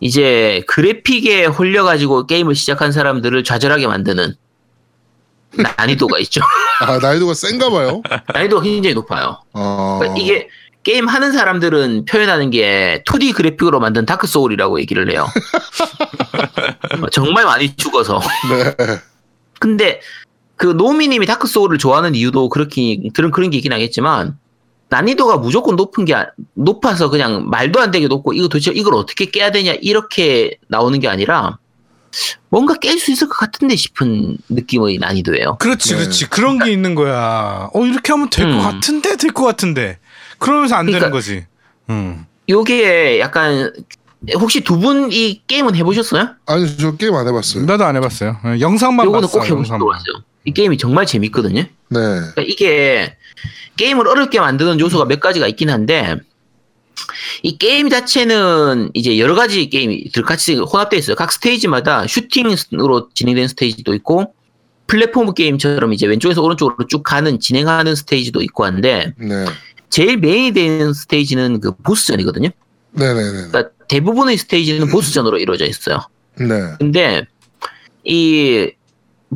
[SPEAKER 4] 이제 그래픽에 홀려가지고 게임을 시작한 사람들을 좌절하게 만드는 난이도가 있죠.
[SPEAKER 1] 아, 나이도가 센가 봐요.
[SPEAKER 4] 난이도가 굉장히 높아요.
[SPEAKER 1] 아.
[SPEAKER 4] 그러니까 이게 게임 하는 사람들은 표현하는 게 2D 그래픽으로 만든 다크 소울이라고 얘기를 해요. 정말 많이 죽어서.
[SPEAKER 1] 네.
[SPEAKER 4] 근데 그 노미님이 다크 소울을 좋아하는 이유도 그렇게 그런 그런 게 있긴 하겠지만 난이도가 무조건 높은 게 아- 높아서 그냥 말도 안 되게 높고 이거 도대체 이걸 어떻게 깨야 되냐 이렇게 나오는 게 아니라 뭔가 깰 수 있을 것 같은데 싶은 느낌의 난이도예요.
[SPEAKER 3] 그렇지,
[SPEAKER 1] 네.
[SPEAKER 3] 그렇지. 그런 게 있는 거야. 어, 이렇게 하면 될 것
[SPEAKER 4] 음.
[SPEAKER 3] 같은데, 될 것 같은데. 그러면서 안 되는
[SPEAKER 4] 그러니까-
[SPEAKER 3] 거지. 음.
[SPEAKER 4] 요게 약간 혹시 두 분 이 게임은 해보셨어요?
[SPEAKER 1] 아니, 저 게임 안
[SPEAKER 4] 음.
[SPEAKER 1] 해봤어요.
[SPEAKER 3] 나도 안 해봤어요. 네, 영상만
[SPEAKER 4] 요거는
[SPEAKER 3] 봤어.
[SPEAKER 4] 꼭 해보시는 거
[SPEAKER 3] 영상만.
[SPEAKER 4] 같아요. 이 게임이 정말 재밌거든요.
[SPEAKER 1] 네.
[SPEAKER 4] 그러니까 이게 게임을 어렵게 만드는 요소가 몇 가지가 있긴 한데 이 게임 자체는 이제 여러 가지 게임이 들- 같이 혼합되어 있어요. 각 스테이지마다 슈팅으로 진행되는 스테이지도 있고 플랫폼 게임처럼 이제 왼쪽에서 오른쪽으로 쭉 가는 진행하는 스테이지도 있고 한데
[SPEAKER 1] 네.
[SPEAKER 4] 제일 메인이 되는 스테이지는 그 보스전이거든요.
[SPEAKER 1] 네네네.
[SPEAKER 4] 그러니까 대부분의 스테이지는 보스전으로 이루어져 있어요.
[SPEAKER 1] 네.
[SPEAKER 4] 근데 이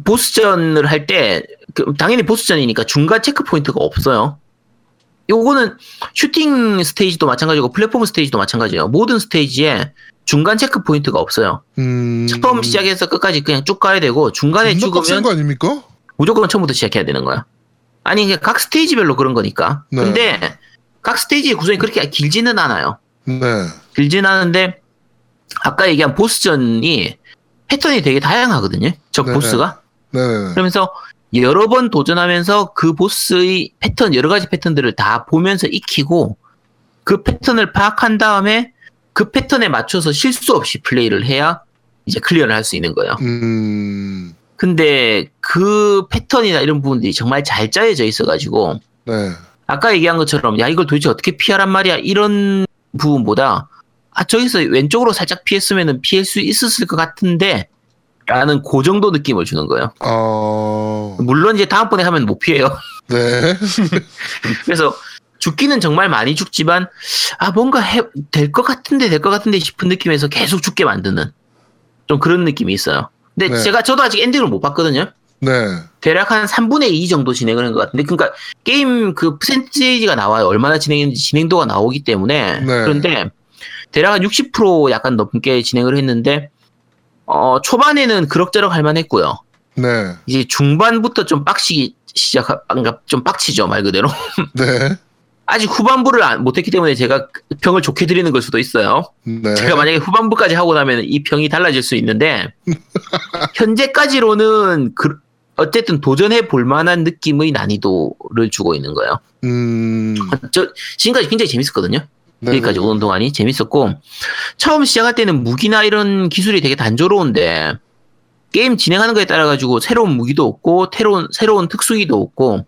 [SPEAKER 4] 보스전을 할 때그 당연히 보스전이니까 중간 체크 포인트가 없어요. 요거는 슈팅 스테이지도 마찬가지고 플랫폼 스테이지도 마찬가지예요. 모든 스테이지에 중간 체크 포인트가 없어요.
[SPEAKER 1] 음.
[SPEAKER 4] 처음 시작해서 끝까지 그냥 쭉 가야 되고 중간에
[SPEAKER 1] 겁나 빡센
[SPEAKER 4] 죽으면
[SPEAKER 1] 거 아닙니까?
[SPEAKER 4] 무조건 처음부터 시작해야 되는 거야. 아니 이게 각 스테이지별로 그런 거니까.
[SPEAKER 1] 네.
[SPEAKER 4] 근데 각 스테이지의 구성이 그렇게 길지는 않아요.
[SPEAKER 1] 네.
[SPEAKER 4] 길진 않은데 아까 얘기한 보스전이 패턴이 되게 다양하거든요. 적
[SPEAKER 1] 네네.
[SPEAKER 4] 보스가
[SPEAKER 1] 네네네.
[SPEAKER 4] 그러면서 여러 번 도전하면서 그 보스의 패턴 여러 가지 패턴들을 다 보면서 익히고 그 패턴을 파악한 다음에 그 패턴에 맞춰서 실수 없이 플레이를 해야 이제 클리어를 할 수 있는 거예요.
[SPEAKER 1] 음,
[SPEAKER 4] 근데 그 패턴이나 이런 부분들이 정말 잘 짜여져 있어가지고
[SPEAKER 1] 네.
[SPEAKER 4] 아까 얘기한 것처럼 야 이걸 도대체 어떻게 피하란 말이야 이런 부분보다 아 저기서 왼쪽으로 살짝 피했으면은 피할 수 있었을 것 같은데 라는 그 정도 느낌을 주는 거예요.
[SPEAKER 1] 어,
[SPEAKER 4] 물론 이제 다음번에 하면 못 피해요.
[SPEAKER 1] 네.
[SPEAKER 4] 그래서 죽기는 정말 많이 죽지만 아 뭔가 될 것 같은데 될 것 같은데 싶은 느낌에서 계속 죽게 만드는 좀 그런 느낌이 있어요. 근데
[SPEAKER 1] 네.
[SPEAKER 4] 제가 저도 아직 엔딩을 못 봤거든요.
[SPEAKER 1] 네.
[SPEAKER 4] 대략 한 3분의 2 정도 진행을 한 것 같은데, 그러니까 게임 그 퍼센테이지가 나와요. 얼마나 진행했는지 진행도가 나오기 때문에.
[SPEAKER 1] 네.
[SPEAKER 4] 그런데 대략 한 60% 약간 넘게 진행을 했는데, 어, 초반에는 그럭저럭 할만했고요.
[SPEAKER 1] 네.
[SPEAKER 4] 이제 중반부터 좀 빡치기 시작, 그러니까 좀 빡치죠, 말 그대로.
[SPEAKER 1] 네.
[SPEAKER 4] 아직 후반부를 안- 못했기 때문에 제가 그 평을 좋게 드리는 걸 수도 있어요.
[SPEAKER 1] 네.
[SPEAKER 4] 제가 만약에 후반부까지 하고 나면 이 평이 달라질 수 있는데 현재까지로는 그- 어쨌든 도전해 볼 만한 느낌의 난이도를 주고 있는 거예요.
[SPEAKER 1] 음,
[SPEAKER 4] 저 지금까지 굉장히 재밌었거든요.
[SPEAKER 1] 네.
[SPEAKER 4] 여기까지 오는 동안이 재밌었고 처음 시작할 때는 무기나 이런 기술이 되게 단조로운데 게임 진행하는 거에 따라 가지고 새로운 무기도 없고 새로운 새로운 특수기도 없고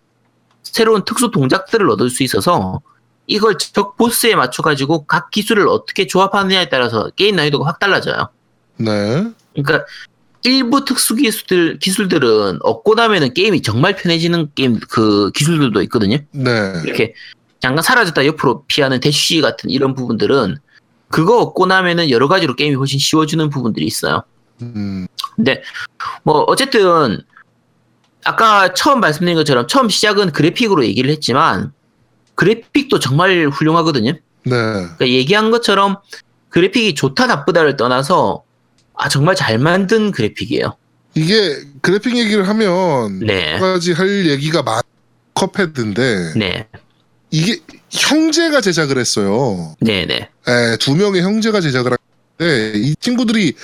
[SPEAKER 4] 새로운 특수 동작들을 얻을 수 있어서 이걸 적 보스에 맞춰 가지고 각 기술을 어떻게 조합하느냐에 따라서 게임 난이도가 확 달라져요.
[SPEAKER 1] 네.
[SPEAKER 4] 그러니까 일부 특수 기술들 기술들은 얻고 나면은 게임이 정말 편해지는 게임 그 기술들도 있거든요.
[SPEAKER 1] 네.
[SPEAKER 4] 이렇게 잠깐 사라졌다 옆으로 피하는 대쉬 같은 이런 부분들은 그거 얻고 나면은 여러 가지로 게임이 훨씬 쉬워지는 부분들이 있어요.
[SPEAKER 1] 음,
[SPEAKER 4] 뭐 어쨌든 아까 처음 말씀드린 것처럼 처음 시작은 그래픽으로 얘기를 했지만 그래픽도 정말 훌륭하거든요.
[SPEAKER 1] 네.
[SPEAKER 4] 그러니까 얘기한 것처럼 그래픽이 좋다 나쁘다를 떠나서 아 정말 잘 만든 그래픽이에요.
[SPEAKER 1] 이게 그래픽 얘기를 하면
[SPEAKER 4] 네,
[SPEAKER 1] 여러 가지 할 얘기가 많 컵헤드인데
[SPEAKER 4] 네,
[SPEAKER 1] 이게 형제가 제작을 했어요.
[SPEAKER 4] 네, 네,
[SPEAKER 1] 에, 두 명의 형제가 제작을 하는데 이 친구들이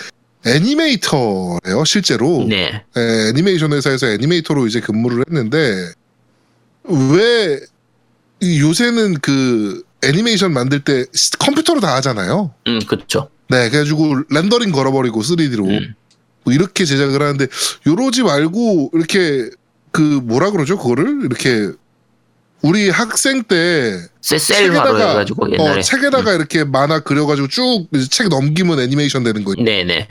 [SPEAKER 1] 애니메이터래요 실제로
[SPEAKER 4] 네,
[SPEAKER 1] 에, 예, 애니메이션 회사에서 애니메이터로 이제 근무를 했는데 왜 이- 요새는 그 애니메이션 만들 때 시- 컴퓨터로 다 하잖아요.
[SPEAKER 4] 음 그렇죠.
[SPEAKER 1] 네, 그래가지고 렌더링 걸어버리고 3D로
[SPEAKER 4] 음,
[SPEAKER 1] 뭐 이렇게 제작을 하는데 요러지 말고 이렇게 그 뭐라 그러죠 그거를 이렇게 우리 학생 때
[SPEAKER 4] 셀- 셀화로
[SPEAKER 1] 책에다가,
[SPEAKER 4] 해가지고
[SPEAKER 1] 어,
[SPEAKER 4] 옛날에 음.
[SPEAKER 1] 책에다가 이렇게 만화 그려가지고 쭉 책 넘기면 애니메이션 되는 거
[SPEAKER 4] 네, 네,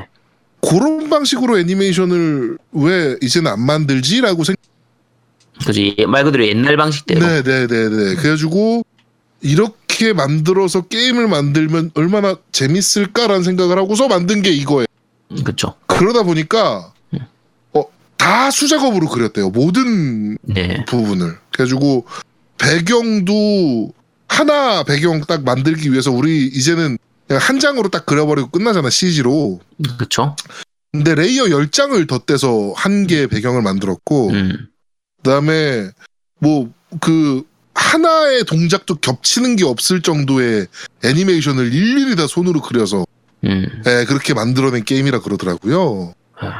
[SPEAKER 1] 그런 방식으로 애니메이션을 왜 이제는 안 만들지라고 생각
[SPEAKER 4] 그죠. 예, 말 그대로 옛날 방식대로.
[SPEAKER 1] 네네네네 그래가지고 이렇게 만들어서 게임을 만들면 얼마나 재밌을까라는 생각을 하고서 만든 게 이거예요
[SPEAKER 4] 그렇죠.
[SPEAKER 1] 그러다 보니까 어, 다 수작업으로 그렸대요 모든
[SPEAKER 4] 네.
[SPEAKER 1] 부분을. 그래가지고 배경도 하나 배경 딱 만들기 위해서 우리 이제는 그냥 한 장으로 딱 그려버리고 끝나잖아 CG로.
[SPEAKER 4] 그렇죠.
[SPEAKER 1] 근데 레이어 10장을 덧대서 한 개의 배경을 만들었고
[SPEAKER 4] 음.
[SPEAKER 1] 그다음에 뭐 그 하나의 동작도 겹치는 게 없을 정도의 애니메이션을 일일이 다 손으로 그려서
[SPEAKER 4] 음.
[SPEAKER 1] 예, 그렇게 만들어낸 게임이라 그러더라고요.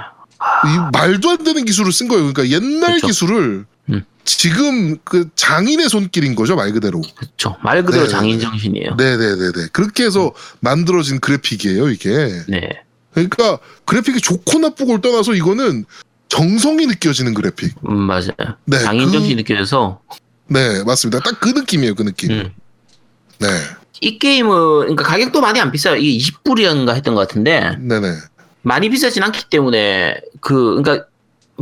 [SPEAKER 1] 이 말도 안 되는 기술을 쓴 거예요. 그러니까 옛날
[SPEAKER 4] 그쵸.
[SPEAKER 1] 기술을
[SPEAKER 4] 음.
[SPEAKER 1] 지금 그 장인의 손길인 거죠, 말 그대로.
[SPEAKER 4] 그렇죠. 말 그대로
[SPEAKER 1] 네.
[SPEAKER 4] 장인 정신이에요.
[SPEAKER 1] 네네네네. 그렇게
[SPEAKER 4] 음.
[SPEAKER 1] 해서 만들어진 그래픽이에요, 이게.
[SPEAKER 4] 네.
[SPEAKER 1] 그러니까 그래픽이 좋고 나쁘고를 떠나서 이거는 정성이 느껴지는 그래픽.
[SPEAKER 4] 음, 맞아요.
[SPEAKER 1] 네.
[SPEAKER 4] 장인
[SPEAKER 1] 그-
[SPEAKER 4] 정신 느껴져서
[SPEAKER 1] 네, 맞습니다. 딱 그 느낌이에요, 그 느낌.
[SPEAKER 4] 음.
[SPEAKER 1] 네.
[SPEAKER 4] 이 게임은 그러니까 가격도 많이 안 비싸요. 이게 20불이었는가 했던 것 같은데
[SPEAKER 1] 네네.
[SPEAKER 4] 많이 비싸진 않기 때문에 그 그러니까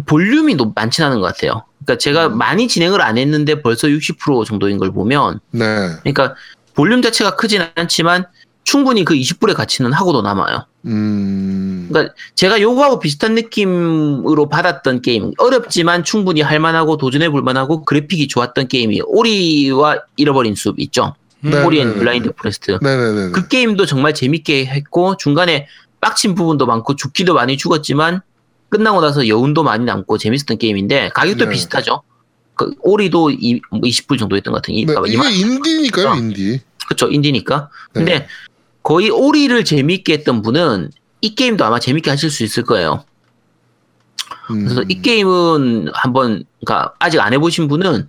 [SPEAKER 4] 볼륨이 높, 많진 않은 것 같아요. 그러니까 제가
[SPEAKER 1] 음.
[SPEAKER 4] 많이 진행을 안 했는데 벌써 60% 정도인 걸 보면
[SPEAKER 1] 네.
[SPEAKER 4] 그러니까 볼륨 자체가 크진 않지만 충분히 그 20불의 가치는 하고도 남아요.
[SPEAKER 1] 음.
[SPEAKER 4] 그러니까 제가 요거하고 비슷한 느낌으로 받았던 게임 어렵지만 충분히 할만하고 도전해볼 만하고 그래픽이 좋았던 게임이 오리와 잃어버린 숲 있죠
[SPEAKER 1] 네,
[SPEAKER 4] 오리 앤
[SPEAKER 1] 네,
[SPEAKER 4] 음, 블라인드 포레스트
[SPEAKER 1] 네네네.
[SPEAKER 4] 그 게임도 정말 재밌게 했고 중간에 빡친 부분도 많고 죽기도 많이 죽었지만 끝나고 나서 여운도 많이 남고 재밌었던 게임인데 가격도
[SPEAKER 1] 네.
[SPEAKER 4] 비슷하죠 그 오리도 이, 20불 정도 했던 것 같은 이,
[SPEAKER 1] 네,
[SPEAKER 4] 아, 이만-
[SPEAKER 1] 이게 인디니까요, 인디.
[SPEAKER 4] 그쵸 인디니까
[SPEAKER 1] 네.
[SPEAKER 4] 근데 거의 오리를 재밌게 했던 분은 이 게임도 아마 재밌게 하실 수 있을 거예요
[SPEAKER 1] 음.
[SPEAKER 4] 그래서 이 게임은 한번 그러니까 아직 안 해보신 분은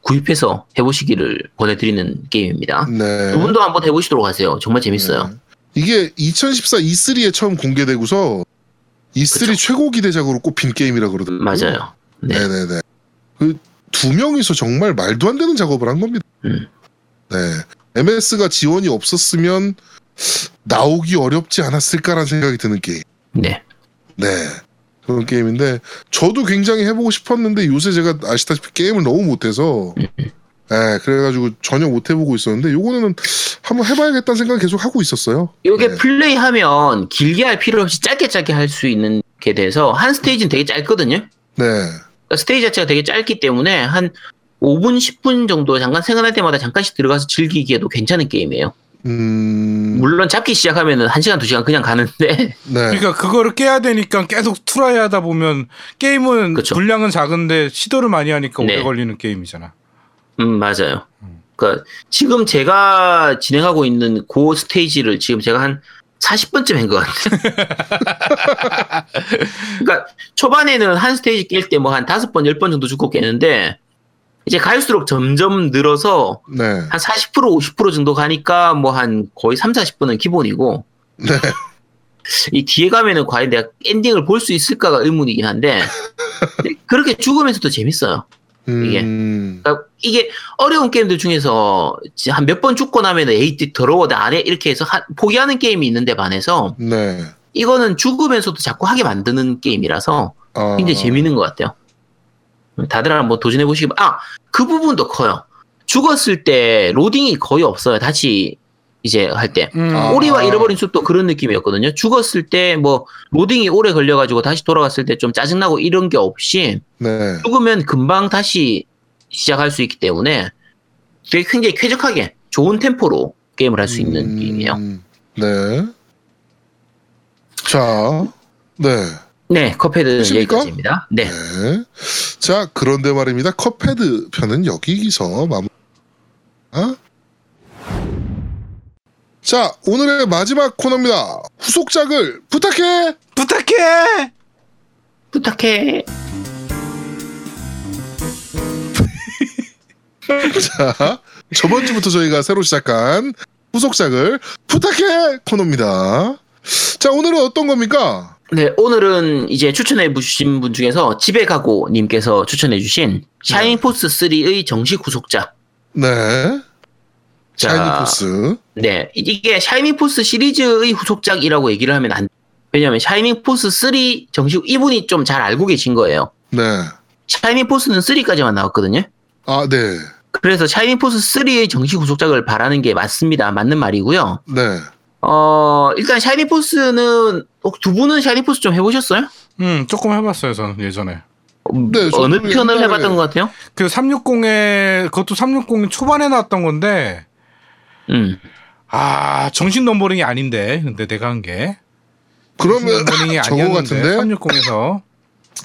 [SPEAKER 4] 구입해서 해보시기를 권해드리는 게임입니다.
[SPEAKER 1] 네.
[SPEAKER 4] 두 분도 한번 해보시도록 하세요. 정말 재밌어요.
[SPEAKER 1] 네. 이게 2014 E3에 처음 공개되고서 E3
[SPEAKER 4] 그쵸.
[SPEAKER 1] 최고 기대작으로 꼽힌 게임이라 그러더라고요.
[SPEAKER 4] 맞아요. 네.
[SPEAKER 1] 네네네. 그 두 명이서 정말 말도 안 되는 작업을 한 겁니다.
[SPEAKER 4] 음.
[SPEAKER 1] 네. MS가 지원이 없었으면 나오기 어렵지 않았을까라는 생각이 드는 게임.
[SPEAKER 4] 네.
[SPEAKER 1] 네. 그런 게임인데 저도 굉장히 해보고 싶었는데 요새 제가 아시다시피 게임을 너무 못해서
[SPEAKER 4] 음.
[SPEAKER 1] 예, 그래가지고 전혀 못 해보고 있었는데 요거는 한번 해봐야겠다는 생각 을 계속 하고 있었어요.
[SPEAKER 4] 이게
[SPEAKER 1] 네.
[SPEAKER 4] 플레이하면 길게 할 필요 없이 짧게 짧게 할 수 있는 게 돼서 한 스테이지는 되게 짧거든요.
[SPEAKER 1] 네.
[SPEAKER 4] 그러니까 스테이지 자체가 되게 짧기 때문에 한 5분, 10분 정도 잠깐 생각날 때마다 잠깐씩 들어가서 즐기기에도 괜찮은 게임이에요.
[SPEAKER 1] 음.
[SPEAKER 4] 물론 잡기 시작하면은 1시간, 2시간 그냥 가는데
[SPEAKER 1] 네.
[SPEAKER 3] 그러니까 그거를 깨야 되니까 계속 트라이 하다 보면 게임은
[SPEAKER 4] 그쵸.
[SPEAKER 3] 분량은 작은데 시도를 많이 하니까 오래
[SPEAKER 4] 네.
[SPEAKER 3] 걸리는 게임이잖아.
[SPEAKER 4] 음, 맞아요. 그러니까 지금 제가 진행하고 있는 그 스테이지를 지금 제가 한 40분쯤 한 것 같아요. 그러니까 초반에는 한 스테이지 깰 때 뭐 한 5번, 10번 정도 죽고 깨는데 이제 갈수록 점점 늘어서
[SPEAKER 1] 네.
[SPEAKER 4] 한 40%, 50% 정도 가니까 뭐 한 거의 3, 40분은 기본이고.
[SPEAKER 1] 네.
[SPEAKER 4] 이 뒤에 가면은 과연 내가 엔딩을 볼 수 있을까가 의문이긴 한데. 근데 그렇게 죽으면서도 재밌어요. 이게.
[SPEAKER 1] 음.
[SPEAKER 4] 그러니까 이게 어려운 게임들 중에서 한 몇 번 죽고 나면 에이 더러워 나 안해 이렇게 해서 하- 포기하는 게임이 있는데 반해서
[SPEAKER 1] 네.
[SPEAKER 4] 이거는 죽으면서도 자꾸 하게 만드는 게임이라서
[SPEAKER 1] 아.
[SPEAKER 4] 굉장히 재미있는 것 같아요. 다들 한번 도전해 보시기. 바- 아, 그 부분도 커요. 죽었을 때 로딩이 거의 없어요. 다시 이제 할 때.
[SPEAKER 1] 아.
[SPEAKER 4] 오리와 잃어버린 숲도 그런 느낌이었거든요. 죽었을 때 뭐 로딩이 오래 걸려가지고 다시 돌아갔을 때 좀 짜증나고 이런 게 없이
[SPEAKER 1] 네.
[SPEAKER 4] 죽으면 금방 다시 시작할 수 있기 때문에 되게 굉장히 쾌적하게 좋은 템포로 게임을 할 수 있는
[SPEAKER 1] 음,
[SPEAKER 4] 게임이에요.
[SPEAKER 1] 네. 자. 네.
[SPEAKER 4] 네, 컵헤드
[SPEAKER 1] 있습니까?
[SPEAKER 4] 여기까지입니다. 네,
[SPEAKER 1] 네. 자, 그런데 말입니다. 컵헤드 편은 여기서 마무리. 아? 자, 오늘의 마지막 코너입니다. 후속작을 부탁해.
[SPEAKER 3] 부탁해.
[SPEAKER 4] 부탁해.
[SPEAKER 1] 자, 저번 주부터 저희가 새로 시작한 후속작을 부탁해 코너입니다. 자, 오늘은 어떤 겁니까?
[SPEAKER 4] 네, 오늘은 이제 추천해 주신 분 중에서 집에 가고 님께서 추천해 주신 샤이닝 포스 3의 정식 후속작.
[SPEAKER 1] 네.
[SPEAKER 4] 자,
[SPEAKER 1] 샤이니 포스.
[SPEAKER 4] 네, 이- 이게 샤이닝 포스 시리즈의 후속작이라고 얘기를 하면 안 왜냐면 샤이닝 포스 3 정식 이분이 좀 잘 알고 계신 거예요.
[SPEAKER 1] 네.
[SPEAKER 4] 샤이닝 포스는 3까지만 나왔거든요.
[SPEAKER 1] 아, 네.
[SPEAKER 4] 그래서 샤이닝 포스 3의 정식 후속작을 바라는 게 맞습니다. 맞는 말이고요.
[SPEAKER 1] 네.
[SPEAKER 4] 어, 일단 샤이닝 포스는 혹 두 분은 샤이닝 포스 좀 해보셨어요?
[SPEAKER 3] 음, 조금 해봤어요 저는 예전에.
[SPEAKER 1] 네, 저도
[SPEAKER 4] 어느 편을
[SPEAKER 1] 옛날에-
[SPEAKER 4] 해봤던 것 같아요?
[SPEAKER 3] 그 360에 그것도 360 초반에 나왔던 건데
[SPEAKER 4] 음.
[SPEAKER 3] 아 정신 넘버링이 아닌데 근데 내가 한 게.
[SPEAKER 1] 그러면
[SPEAKER 3] 넘버링이
[SPEAKER 1] 저거
[SPEAKER 3] 아니었는데
[SPEAKER 1] 같은데?
[SPEAKER 3] 360에서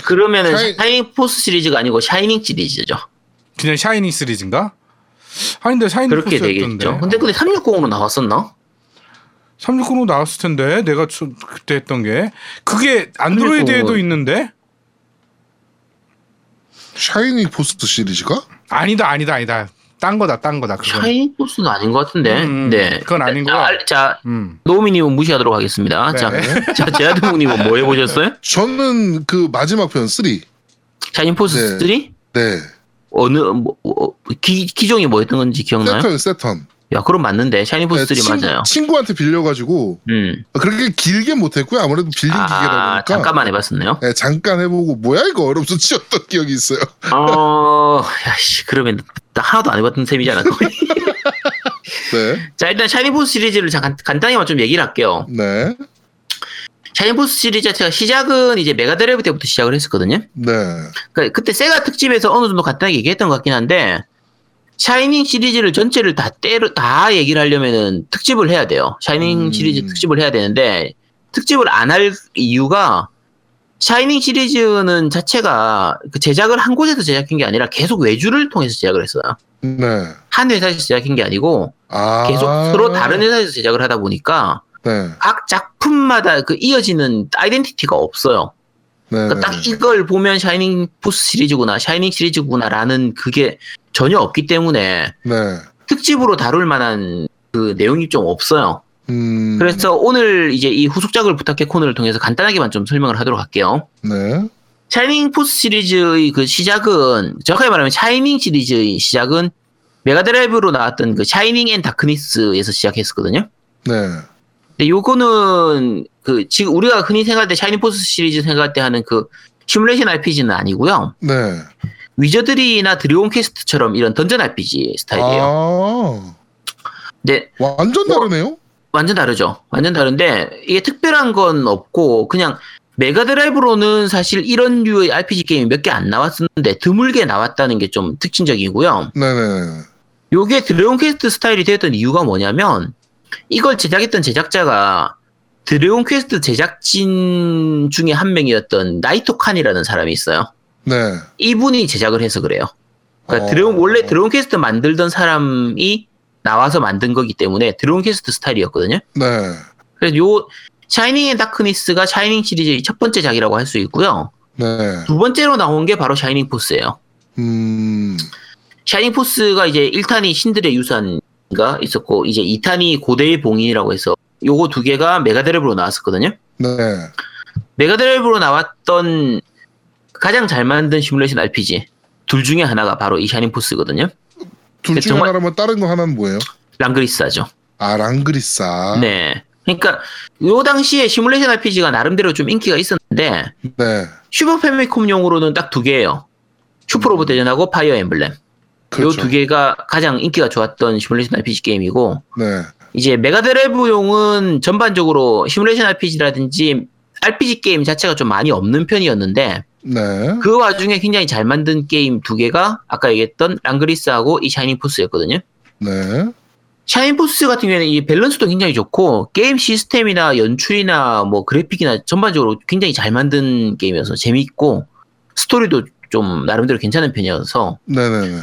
[SPEAKER 4] 그러면은
[SPEAKER 1] 샤이-
[SPEAKER 4] 샤이닝 포스 시리즈가 아니고 샤이닝 시리즈죠.
[SPEAKER 3] 그냥 샤이닝 시리즈인가? 아닌데 샤이닝
[SPEAKER 4] 그렇게
[SPEAKER 3] 포스였던데. 아.
[SPEAKER 4] 되겠죠. 근데 근데 360으로 나왔었나?
[SPEAKER 3] 360으로 나왔을 텐데 내가 저- 그때 했던 게 그게 안드로이드에도
[SPEAKER 4] 360.
[SPEAKER 3] 있는데
[SPEAKER 1] 샤이니 포스 시리즈가?
[SPEAKER 3] 아니다 아니다 아니다 딴 거다 딴 거다 그건.
[SPEAKER 4] 샤이닝 포스는 아닌 것 같은데.
[SPEAKER 3] 음, 음,
[SPEAKER 4] 네.
[SPEAKER 3] 그건 아닌
[SPEAKER 4] 자,
[SPEAKER 3] 거야.
[SPEAKER 4] 알- 자,
[SPEAKER 3] 음.
[SPEAKER 4] 노우미님은 무시하도록 하겠습니다.
[SPEAKER 3] 네.
[SPEAKER 4] 자, 자 제아드몽님은 뭐 해보셨어요?
[SPEAKER 1] 저는 그 마지막 편 3.
[SPEAKER 4] 샤이닝 포스
[SPEAKER 1] 네.
[SPEAKER 4] 3?
[SPEAKER 1] 네.
[SPEAKER 4] 어느 뭐, 어, 기, 기종이 뭐였던
[SPEAKER 3] 네,
[SPEAKER 4] 건지
[SPEAKER 3] 그
[SPEAKER 4] 기억나요?
[SPEAKER 1] 세턴 세턴. 네,
[SPEAKER 4] 야, 그럼 맞는데 샤이닝 포스 3 맞아요.
[SPEAKER 1] 친구한테 빌려가지고
[SPEAKER 4] 음.
[SPEAKER 1] 그렇게 길게 못했고요. 아무래도 빌린
[SPEAKER 4] 아,
[SPEAKER 1] 기계다 보니까
[SPEAKER 4] 잠깐만 해봤었네요.
[SPEAKER 1] 네, 잠깐 해보고 뭐야 이거 어렵서 치었던 기억이 있어요.
[SPEAKER 4] 어, 야씨, 그러면 나 하나도 안 해봤던 셈이잖아. 거의.
[SPEAKER 1] 네,
[SPEAKER 4] 자, 일단 샤이닝 포스 시리즈를 잠깐 간단히만 좀 얘기를 할게요.
[SPEAKER 1] 네,
[SPEAKER 4] 샤인포스 시리즈 자체가 시작은 이제 메가드라이브 때부터 시작을 했었거든요.
[SPEAKER 1] 네,
[SPEAKER 4] 그러니까 그때 세가 특집에서 어느 정도 간단하게 얘기했던 것 같긴 한데 샤이닝 시리즈를 전체를 다 때려 다 얘기를 하려면은 특집을 해야 돼요. 샤이닝
[SPEAKER 1] 음.
[SPEAKER 4] 시리즈 특집을 해야 되는데 특집을 안 할 이유가 샤이닝 시리즈는 자체가 그 제작을 한 곳에서 제작한 게 아니라 계속 외주를 통해서 제작을 했어요.
[SPEAKER 1] 네.
[SPEAKER 4] 한 회사에서 제작한 게 아니고
[SPEAKER 1] 아
[SPEAKER 4] 계속 서로 다른 회사에서 제작을 하다 보니까
[SPEAKER 1] 네.
[SPEAKER 4] 각 작품마다 그 이어지는 아이덴티티가 없어요.
[SPEAKER 1] 네.
[SPEAKER 4] 그러니까 딱 이걸 보면 샤이닝 포스 시리즈구나, 샤이닝 시리즈구나라는 그게 전혀 없기 때문에
[SPEAKER 1] 네.
[SPEAKER 4] 특집으로 다룰 만한 그 내용이 좀 없어요.
[SPEAKER 1] 음.
[SPEAKER 4] 그래서 오늘 이제 이 후속작을 부탁해 코너를 통해서 간단하게만 좀 설명을 하도록 할게요.
[SPEAKER 1] 네.
[SPEAKER 4] 샤이닝 포스 시리즈의 그 시작은 정확하게 말하면 샤이닝 시리즈의 시작은 메가드라이브로 나왔던 그 샤이닝 앤 다크니스에서 시작했었거든요.
[SPEAKER 1] 네.
[SPEAKER 4] 근데 요거는 그 지금 우리가 흔히 생각할 때 샤이닝 포스 시리즈 생각할 때 하는 그 시뮬레이션 RPG는 아니고요.
[SPEAKER 1] 네.
[SPEAKER 4] 위저들이나 드래곤 퀘스트처럼 이런 던전 RPG 스타일이에요.
[SPEAKER 1] 아.
[SPEAKER 4] 근데
[SPEAKER 1] 완전 다르네요.
[SPEAKER 4] 완전 다르죠. 완전 다른데 이게 특별한 건 없고 그냥 메가드라이브로는 사실 이런 류의 RPG 게임이 몇 개 안 나왔었는데 드물게 나왔다는 게 좀 특징적이고요.
[SPEAKER 1] 네네.
[SPEAKER 4] 요게 드래곤 퀘스트 스타일이 되었던 이유가 뭐냐면 이걸 제작했던 제작자가 드래곤 퀘스트 제작진 중에 한 명이었던 나이토 칸이라는 사람이 있어요.
[SPEAKER 1] 네.
[SPEAKER 4] 이분이 제작을 해서 그래요. 그러니까
[SPEAKER 1] 어.
[SPEAKER 4] 드래곤 원래 드래곤 퀘스트 만들던 사람이 나와서 만든 거기 때문에 드래곤 퀘스트 스타일이었거든요.
[SPEAKER 1] 네.
[SPEAKER 4] 그래서 요 샤이닝 앤 다크니스가 샤이닝 시리즈의 첫 번째 작이라고 할 수 있고요.
[SPEAKER 1] 네.
[SPEAKER 4] 두 번째로 나온 게 바로 샤이닝 포스예요.
[SPEAKER 1] 음.
[SPEAKER 4] 샤이닝 포스가 이제 1탄이 신들의 유산가 있었고 이제 2탄이 고대의 봉인이라고 해서 요거 두 개가 메가드라이브로 나왔었거든요.
[SPEAKER 1] 네.
[SPEAKER 4] 메가드라이브로 나왔던 가장 잘 만든 시뮬레이션 RPG 둘 중에 하나가 바로 이 샤이닝 포스거든요.
[SPEAKER 1] 둘
[SPEAKER 4] 그
[SPEAKER 1] 중에
[SPEAKER 4] 정말-
[SPEAKER 1] 하나면 다른 거 하나는 뭐예요?
[SPEAKER 4] 랑그리스죠.
[SPEAKER 1] 아, 랑그리사.
[SPEAKER 4] 네. 그러니까 요 당시에 시뮬레이션 RPG가 나름대로 좀 인기가 있었는데
[SPEAKER 1] 네.
[SPEAKER 4] 슈퍼 패미컴용으로는 딱 두 개예요. 슈퍼로봇 대전하고 파이어 엠블렘.
[SPEAKER 1] 음. 그렇죠.
[SPEAKER 4] 요 두 개가 가장 인기가 좋았던 시뮬레이션 RPG 게임이고
[SPEAKER 1] 네.
[SPEAKER 4] 이제 메가드라이브용은 전반적으로 시뮬레이션 RPG라든지 RPG 게임 자체가 좀 많이 없는 편이었는데
[SPEAKER 1] 네.
[SPEAKER 4] 그 와중에 굉장히 잘 만든 게임 두 개가 아까 얘기했던 랑그리스하고 이 샤이닝 포스였거든요.
[SPEAKER 1] 네.
[SPEAKER 4] 샤이닝 포스 같은 경우에는 이 밸런스도 굉장히 좋고 게임 시스템이나 연출이나 뭐 그래픽이나 전반적으로 굉장히 잘 만든 게임이어서 재미있고 스토리도 좀 나름대로 괜찮은 편이어서
[SPEAKER 1] 네네네.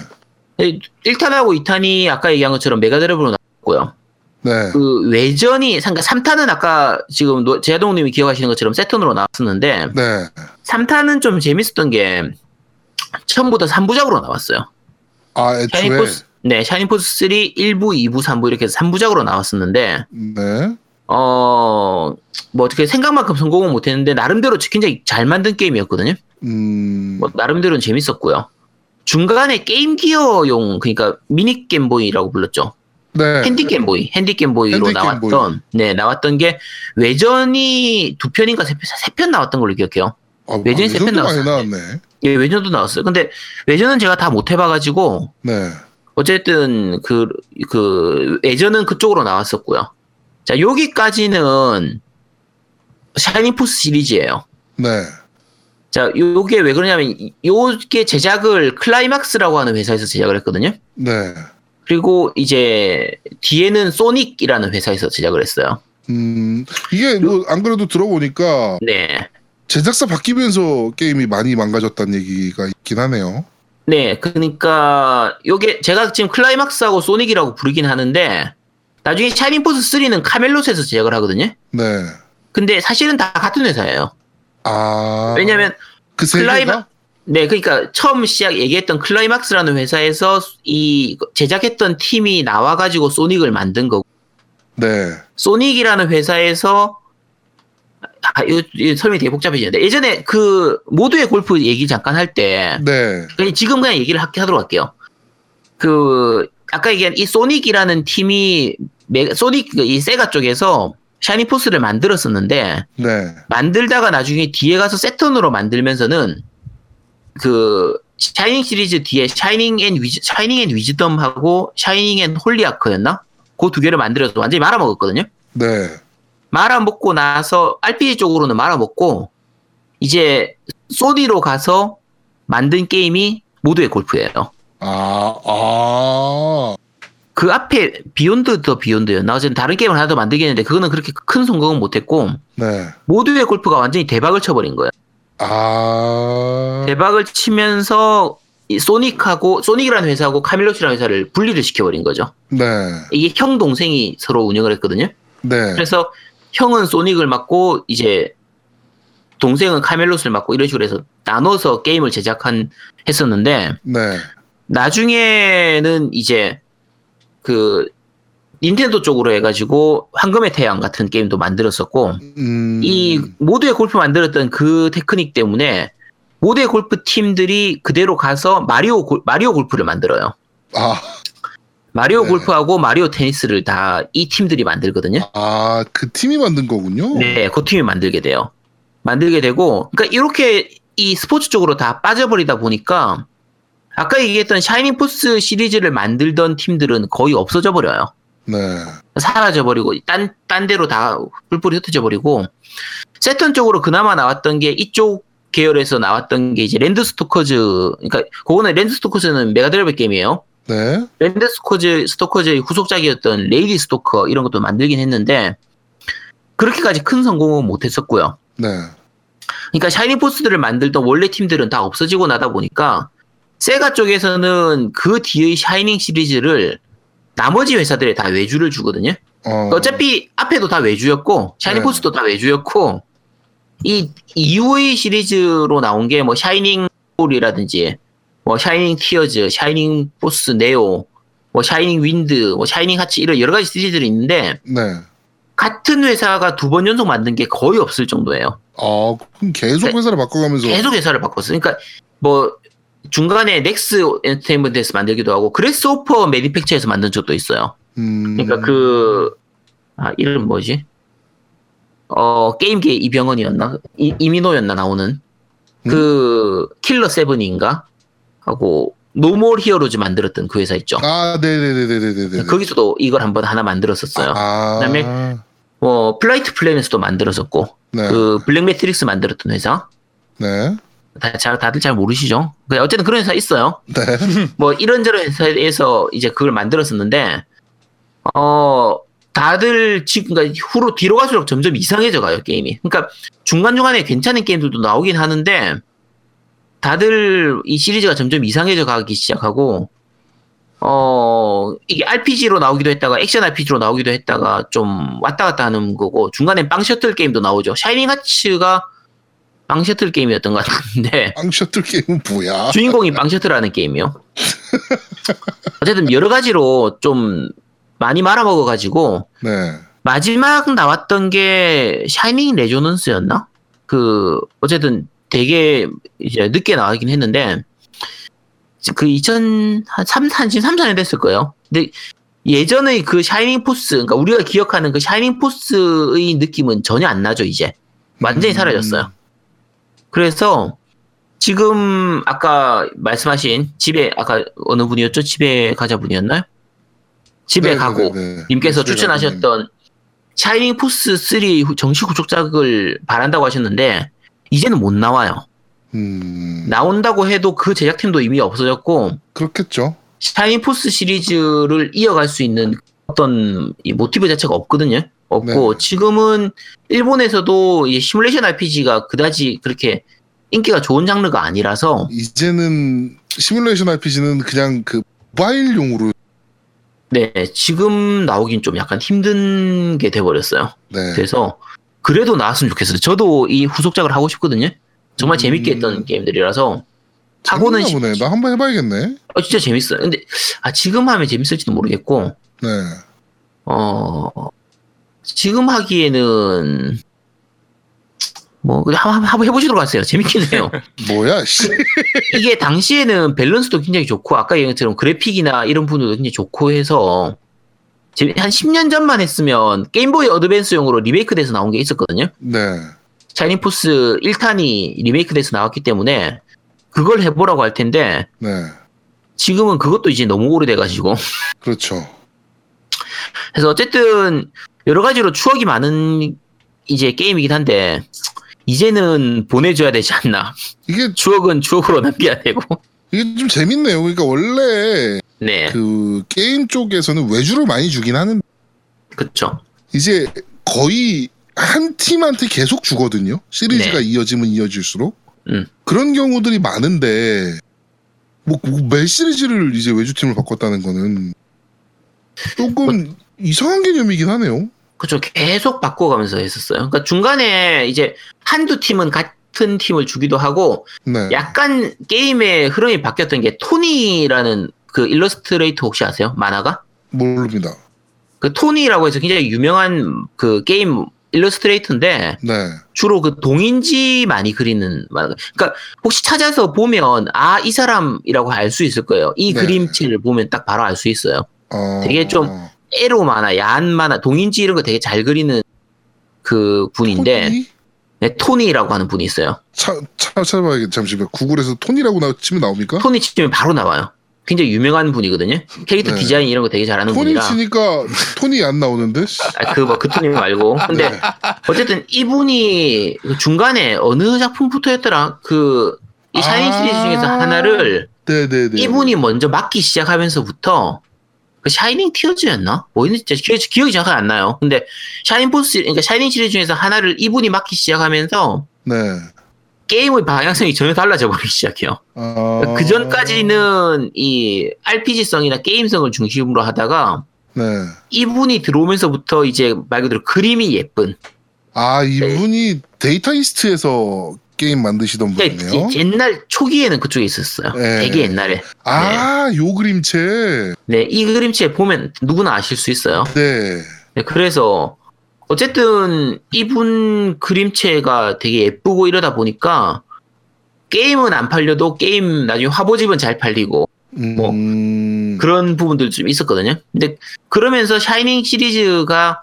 [SPEAKER 4] 1탄하고 2탄이 아까 얘기한 것처럼 메가드라이브로 나왔고요.
[SPEAKER 1] 네.
[SPEAKER 4] 그 외전이 그러니까 3탄은 아까 지금 노- 제아동님이 기억하시는 것처럼 세턴으로 나왔었는데
[SPEAKER 1] 네.
[SPEAKER 4] 3탄은 좀 재밌었던 게 처음부터 3부작으로 나왔어요.
[SPEAKER 1] 아, 애초에.
[SPEAKER 4] 샤이닝 포스 네, 샤이닝 포스 3 1부, 2부, 3부 이렇게 해서 3부작으로 나왔었는데
[SPEAKER 1] 네.
[SPEAKER 4] 어, 뭐 어떻게 생각만큼 성공은 못했는데, 나름대로 굉장히 잘 만든 게임이었거든요.
[SPEAKER 1] 음.
[SPEAKER 4] 뭐, 나름대로는 재밌었고요. 중간에 게임 기어용, 그러니까 미니 겜보이라고 불렀죠.
[SPEAKER 1] 네.
[SPEAKER 4] 핸디 겜보이, 핸디 겜보이로
[SPEAKER 1] 핸디
[SPEAKER 4] 나왔던,
[SPEAKER 1] 겜보이.
[SPEAKER 4] 네, 나왔던 게 외전이 두 편인가 세 편, 세 편 나왔던 걸로 기억해요.
[SPEAKER 1] 아,
[SPEAKER 4] 외전이 세편
[SPEAKER 1] 예전도 많이
[SPEAKER 4] 나왔었는데.
[SPEAKER 1] 나왔네.
[SPEAKER 4] 예, 외전도 나왔어요. 근데 외전은 제가 다 못 해봐가지고,
[SPEAKER 1] 네.
[SPEAKER 4] 어쨌든 그, 그 예전은 그쪽으로 나왔었고요. 자 여기까지는 샤이닝 포스 시리즈예요.
[SPEAKER 1] 네.
[SPEAKER 4] 자 요게 왜 그러냐면 이- 요게 제작을 클라이막스라고 하는 회사에서 제작을 했거든요.
[SPEAKER 1] 네.
[SPEAKER 4] 그리고 이제 뒤에는 소닉이라는 회사에서 제작을 했어요.
[SPEAKER 1] 음. 이게 뭐 안 그래도 들어보니까
[SPEAKER 4] 네.
[SPEAKER 1] 제작사 바뀌면서 게임이 많이 망가졌다는 얘기가 있긴 하네요.
[SPEAKER 4] 네, 그러니까 요게 제가 지금 클라이막스하고 소닉이라고 부르긴 하는데 나중에 샤이닝 포스 3는 카멜롯에서 제작을 하거든요.
[SPEAKER 1] 네.
[SPEAKER 4] 근데 사실은 다 같은 회사예요.
[SPEAKER 1] 아.
[SPEAKER 4] 왜냐면
[SPEAKER 1] 그세
[SPEAKER 4] 클라이마-
[SPEAKER 1] 개가
[SPEAKER 4] 네, 그러니까 처음 시작 얘기했던 클라이막스라는 회사에서 이 제작했던 팀이 나와가지고 소닉을 만든 거고,
[SPEAKER 1] 네.
[SPEAKER 4] 소닉이라는 회사에서 아, 이거, 이거 설명이 되게 복잡해지는데 예전에 그 모두의 골프 얘기 잠깐 할 때
[SPEAKER 1] 네.
[SPEAKER 4] 지금 그냥 얘기를 하- 하도록 할게요. 그 아까 얘기한 이 소닉이라는 팀이 메- 소닉 그이 세가 쪽에서 샤이니 포스를 만들었었는데
[SPEAKER 1] 네.
[SPEAKER 4] 만들다가 나중에 뒤에 가서 세턴으로 만들면서는 그 샤이닝 시리즈 뒤에 샤이닝 앤 위즈 샤이닝 앤 위즈덤하고 샤이닝 앤 홀리아크였나? 그 두 개를 만들어서 완전히 말아먹었거든요.
[SPEAKER 1] 네.
[SPEAKER 4] 말아먹고 나서 RPG 쪽으로는 말아먹고 이제 소니로 가서 만든 게임이 모두의 골프예요.
[SPEAKER 1] 아, 아.
[SPEAKER 4] 그 앞에 비욘드 더 비욘드였나? 어쨌든 다른 게임을 하나 더 만들겠는데 그거는 그렇게 큰 성공은 못했고
[SPEAKER 1] 네.
[SPEAKER 4] 모두의 골프가 완전히 대박을 쳐버린 거예요.
[SPEAKER 1] 아.
[SPEAKER 4] 대박을 치면서 이 소닉하고 소닉이라는 회사하고 카밀롯이라는 회사를 분리를 시켜버린 거죠.
[SPEAKER 1] 네.
[SPEAKER 4] 이게 형 동생이 네. 서로 운영을 했거든요.
[SPEAKER 1] 네.
[SPEAKER 4] 그래서 형은 소닉을 맡고 이제 동생은 카멜롯을 맡고 이런 식으로 해서 나눠서 게임을 제작한 했었는데
[SPEAKER 1] 네.
[SPEAKER 4] 나중에는 이제 그 닌텐도 쪽으로 해가지고 황금의 태양 같은 게임도 만들었었고
[SPEAKER 1] 음.
[SPEAKER 4] 이 모두의 골프 만들었던 그 테크닉 때문에 모두의 골프 팀들이 그대로 가서 마리오 골, 마리오 골프를 만들어요.
[SPEAKER 1] 아,
[SPEAKER 4] 마리오
[SPEAKER 1] 네.
[SPEAKER 4] 골프하고 마리오 테니스를 다 이 팀들이 만들거든요.
[SPEAKER 1] 아, 그 팀이 만든 거군요.
[SPEAKER 4] 네, 그 팀이 만들게 돼요. 만들게 되고, 그러니까 이렇게 이 스포츠 쪽으로 다 빠져버리다 보니까 아까 얘기했던 샤이닝 포스 시리즈를 만들던 팀들은 거의 없어져 버려요.
[SPEAKER 1] 네.
[SPEAKER 4] 사라져 버리고 딴, 딴 데로 다 뿔뿔이 흩어져 버리고 세턴 쪽으로 그나마 나왔던 게 이쪽 계열에서 나왔던 게 이제 랜드스토커즈 그러니까 그거는 랜드스토커즈는 메가드라이브 게임이에요.
[SPEAKER 1] 네.
[SPEAKER 4] 랜드 스토커즈, 스토커즈의 후속작이었던 레이디 스토커 이런 것도 만들긴 했는데 그렇게까지 큰 성공은 못했었고요.
[SPEAKER 1] 네.
[SPEAKER 4] 그러니까 샤이니 포스들을 만들던 원래 팀들은 다 없어지고 나다 보니까 세가 쪽에서는 그 뒤의 샤이닝 시리즈를 나머지 회사들에 다 외주를 주거든요.
[SPEAKER 1] 어.
[SPEAKER 4] 어차피 앞에도 다 외주였고 샤이닝
[SPEAKER 1] 네.
[SPEAKER 4] 포스도 다 외주였고 이 이후의 시리즈로 나온 게 뭐 샤이닝 홀이라든지 뭐 샤이닝 티어즈, 샤이닝 포스 네오, 뭐 샤이닝 윈드, 뭐 샤이닝 하치 이런 여러 가지 시리즈들이 있는데
[SPEAKER 1] 네.
[SPEAKER 4] 같은 회사가 두 번 연속 만든 게 거의 없을 정도예요.
[SPEAKER 1] 아, 그럼 계속
[SPEAKER 4] 네.
[SPEAKER 1] 회사를 바꿔가면서.
[SPEAKER 4] 계속 회사를 바꿨어요. 그러니까 뭐 중간에 넥스 엔터테인먼트에서 만들기도 하고 그레스오퍼 매니팩처에서 만든 적도 있어요.
[SPEAKER 1] 음.
[SPEAKER 4] 그러니까 그, 아, 이름 뭐지? 어, 게임계 이병헌이었나? 이, 이민호였나 나오는? 그, 킬러 세븐인가? 하고, 노멀 히어로즈 만들었던 그 회사 있죠.
[SPEAKER 1] 아, 네네네네네네.
[SPEAKER 4] 거기서도 이걸 한번 하나 만들었었어요.
[SPEAKER 1] 아.
[SPEAKER 4] 그다음에 뭐, 플라이트 플래닛도 만들었었고,
[SPEAKER 1] 네.
[SPEAKER 4] 그, 블랙 매트릭스 만들었던 회사.
[SPEAKER 1] 네.
[SPEAKER 4] 다, 잘, 다들 잘 모르시죠? 그 어쨌든 그런 회사 있어요.
[SPEAKER 1] 네.
[SPEAKER 4] 뭐 이런저런 회사에서 이제 그걸 만들었었는데 어 다들 지금 그러니까 후로 뒤로 갈수록 점점 이상해져 가요 게임이. 그러니까 중간 중간에 괜찮은 게임들도 나오긴 하는데 다들 이 시리즈가 점점 이상해져 가기 시작하고 어 이게 RPG로 나오기도 했다가 액션 RPG로 나오기도 했다가 좀 왔다 갔다 하는 거고 중간에 빵 셔틀 게임도 나오죠. 샤이닝 하츠가 빵 셔틀 게임이었던 것 같은데
[SPEAKER 1] 빵셔틀 게임은 뭐야?
[SPEAKER 4] 주인공이 빵셔틀하는 게임이요. 어쨌든 여러 가지로 좀 많이 말아먹어가지고
[SPEAKER 1] 네.
[SPEAKER 4] 마지막 나왔던 게 샤이닝 레조넌스였나? 그 어쨌든 되게 이제 늦게 나왔긴 했는데 그 2003, 한 지금 3사년 됐을 거예요. 근데 예전의 그 샤이닝 포스, 그러니까 우리가 기억하는 그 샤이닝 포스의 느낌은 전혀 안 나죠 이제 완전히 사라졌어요. 그래서 지금 아까 말씀하신 집에 아까 어느 분이었죠? 집에 가자 분이었나요? 집에
[SPEAKER 1] 네, 네,
[SPEAKER 4] 가고
[SPEAKER 1] 네, 네.
[SPEAKER 4] 님께서
[SPEAKER 1] 집에 가고.
[SPEAKER 4] 추천하셨던 샤이닝 포스 3 정식 후속작을 바란다고 하셨는데 이제는 못 나와요.
[SPEAKER 1] 음.
[SPEAKER 4] 나온다고 해도 그 제작팀도 이미 없어졌고
[SPEAKER 1] 그렇겠죠.
[SPEAKER 4] 샤이닝 포스 시리즈를 이어갈 수 있는 어떤 이 모티브 자체가 없거든요. 없고
[SPEAKER 1] 네.
[SPEAKER 4] 지금은 일본에서도 이 시뮬레이션 RPG가 그다지 그렇게 인기가 좋은 장르가 아니라서
[SPEAKER 1] 이제는 시뮬레이션 RPG는 그냥 그 모바일용으로
[SPEAKER 4] 네 지금 나오긴 좀 약간 힘든 게 돼버렸어요.
[SPEAKER 1] 네.
[SPEAKER 4] 그래서 그래도 나왔으면 좋겠어요. 저도 이 후속작을 하고 싶거든요. 정말 재밌게
[SPEAKER 1] 음.
[SPEAKER 4] 했던 게임들이라서 하고는
[SPEAKER 1] 재밌나
[SPEAKER 4] 싶-
[SPEAKER 1] 보네. 나 한번 해봐야겠네.
[SPEAKER 4] 어, 진짜 재밌어요. 근데 아 지금 하면 재밌을지도 모르겠고
[SPEAKER 1] 네.
[SPEAKER 4] 어 지금 하기에는 뭐 그냥 한번 한번 해보시도록 하세요. 재밌긴 해요.
[SPEAKER 1] 뭐야? 씨.
[SPEAKER 4] 이게 당시에는 밸런스도 굉장히 좋고 아까 얘기한 것처럼 그래픽이나 이런 부분도 굉장히 좋고 해서 재미- 한 10년 전만 했으면 게임보이 어드밴스용으로 리메이크돼서 나온 게 있었거든요.
[SPEAKER 1] 네.
[SPEAKER 4] 샤이닝포스 1탄이 리메이크돼서 나왔기 때문에 그걸 해보라고 할 텐데
[SPEAKER 1] 네.
[SPEAKER 4] 지금은 그것도 이제 너무 오래돼가지고
[SPEAKER 1] 그렇죠.
[SPEAKER 4] 그래서 어쨌든 여러 가지로 추억이 많은 이제 게임이긴 한데 이제는 보내줘야 되지 않나
[SPEAKER 1] 이게
[SPEAKER 4] 추억은 추억으로 남겨야 되고
[SPEAKER 1] 이게 좀 재밌네요. 그러니까 원래
[SPEAKER 4] 네
[SPEAKER 1] 그 게임 쪽에서는 외주를 많이 주긴 하는데
[SPEAKER 4] 그쵸
[SPEAKER 1] 이제 거의 한 팀한테 계속 주거든요. 시리즈가
[SPEAKER 4] 네.
[SPEAKER 1] 이어지면 이어질수록
[SPEAKER 4] 음.
[SPEAKER 1] 그런 경우들이 많은데 뭐 매 시리즈를
[SPEAKER 4] 뭐
[SPEAKER 1] 이제 외주 팀을 바꿨다는 거는 조금 이상한 개념이긴 하네요.
[SPEAKER 4] 그렇죠. 계속 바꿔가면서 했었어요. 그러니까 중간에 이제 한두 팀은 같은 팀을 주기도 하고
[SPEAKER 1] 네.
[SPEAKER 4] 약간 게임의 흐름이 바뀌었던 게 토니라는 그 일러스트레이터 혹시 아세요? 만화가?
[SPEAKER 1] 모릅니다.
[SPEAKER 4] 그 토니라고 해서 굉장히 유명한 그 게임 일러스트레이터인데
[SPEAKER 1] 네.
[SPEAKER 4] 주로 그 동인지 많이 그리는 만화. 그러니까 혹시 찾아서 보면 아 이 사람이라고 알 수 있을 거예요. 이
[SPEAKER 1] 네.
[SPEAKER 4] 그림체를 보면 딱 바로 알 수 있어요.
[SPEAKER 1] 어...
[SPEAKER 4] 되게 좀 에로 만화, 야한 만화, 동인지 이런 거 되게 잘 그리는 그 분인데
[SPEAKER 1] 토니?
[SPEAKER 4] 네, 토니라고 하는 분이 있어요.
[SPEAKER 1] 차, 차, 찾아봐야겠다. 잠시만. 구글에서 톤이라고 나, 치면 나옵니까?
[SPEAKER 4] 토니 치면 바로 나와요. 굉장히 유명한 분이거든요. 캐릭터
[SPEAKER 1] 네.
[SPEAKER 4] 디자인 이런 거 되게 잘하는
[SPEAKER 1] 톤이
[SPEAKER 4] 분이라.
[SPEAKER 1] 치니까 톤이 안 나오는데? 씨.
[SPEAKER 4] 아, 그, 뭐, 그 토니 말고. 근데,
[SPEAKER 1] 네.
[SPEAKER 4] 어쨌든, 이분이 그 중간에 어느 작품부터였더라? 그, 이 샤인
[SPEAKER 1] 아.
[SPEAKER 4] 시리즈 중에서 하나를
[SPEAKER 1] 네네네.
[SPEAKER 4] 이분이 먼저 맡기 시작하면서부터 그 샤이닝 티어즈였나? 뭐였는지 진짜 기억이, 기억이 정확하게 안 나요. 근데 샤인 포스, 시리- 그러니까 샤이닝 시리즈 중에서 하나를 이분이 맡기 시작하면서
[SPEAKER 1] 네.
[SPEAKER 4] 게임의 방향성이 전혀 달라져 버리기 시작해요.
[SPEAKER 1] 아...
[SPEAKER 4] 그 전까지는 이 RPG성이나 게임성을 중심으로 하다가
[SPEAKER 1] 네.
[SPEAKER 4] 이분이 들어오면서부터 이제 말 그대로 그림이 예쁜.
[SPEAKER 1] 아, 이분이 데이터 이스트에서 게임 만드시던
[SPEAKER 4] 그러니까
[SPEAKER 1] 분이네요.
[SPEAKER 4] 이- 옛날 초기에는 그쪽에 있었어요.
[SPEAKER 1] 네.
[SPEAKER 4] 되게 옛날에.
[SPEAKER 1] 아, 요 그림체.
[SPEAKER 4] 네, 이 그림체 보면 누구나 아실 수 있어요.
[SPEAKER 1] 네.
[SPEAKER 4] 네, 그래서 어쨌든 이분 그림체가 되게 예쁘고 이러다 보니까 게임은 안 팔려도 게임 나중에 화보집은 잘 팔리고 뭐,
[SPEAKER 1] 음...
[SPEAKER 4] 그런 부분들 좀 있었거든요. 근데 그러면서 샤이닝 시리즈가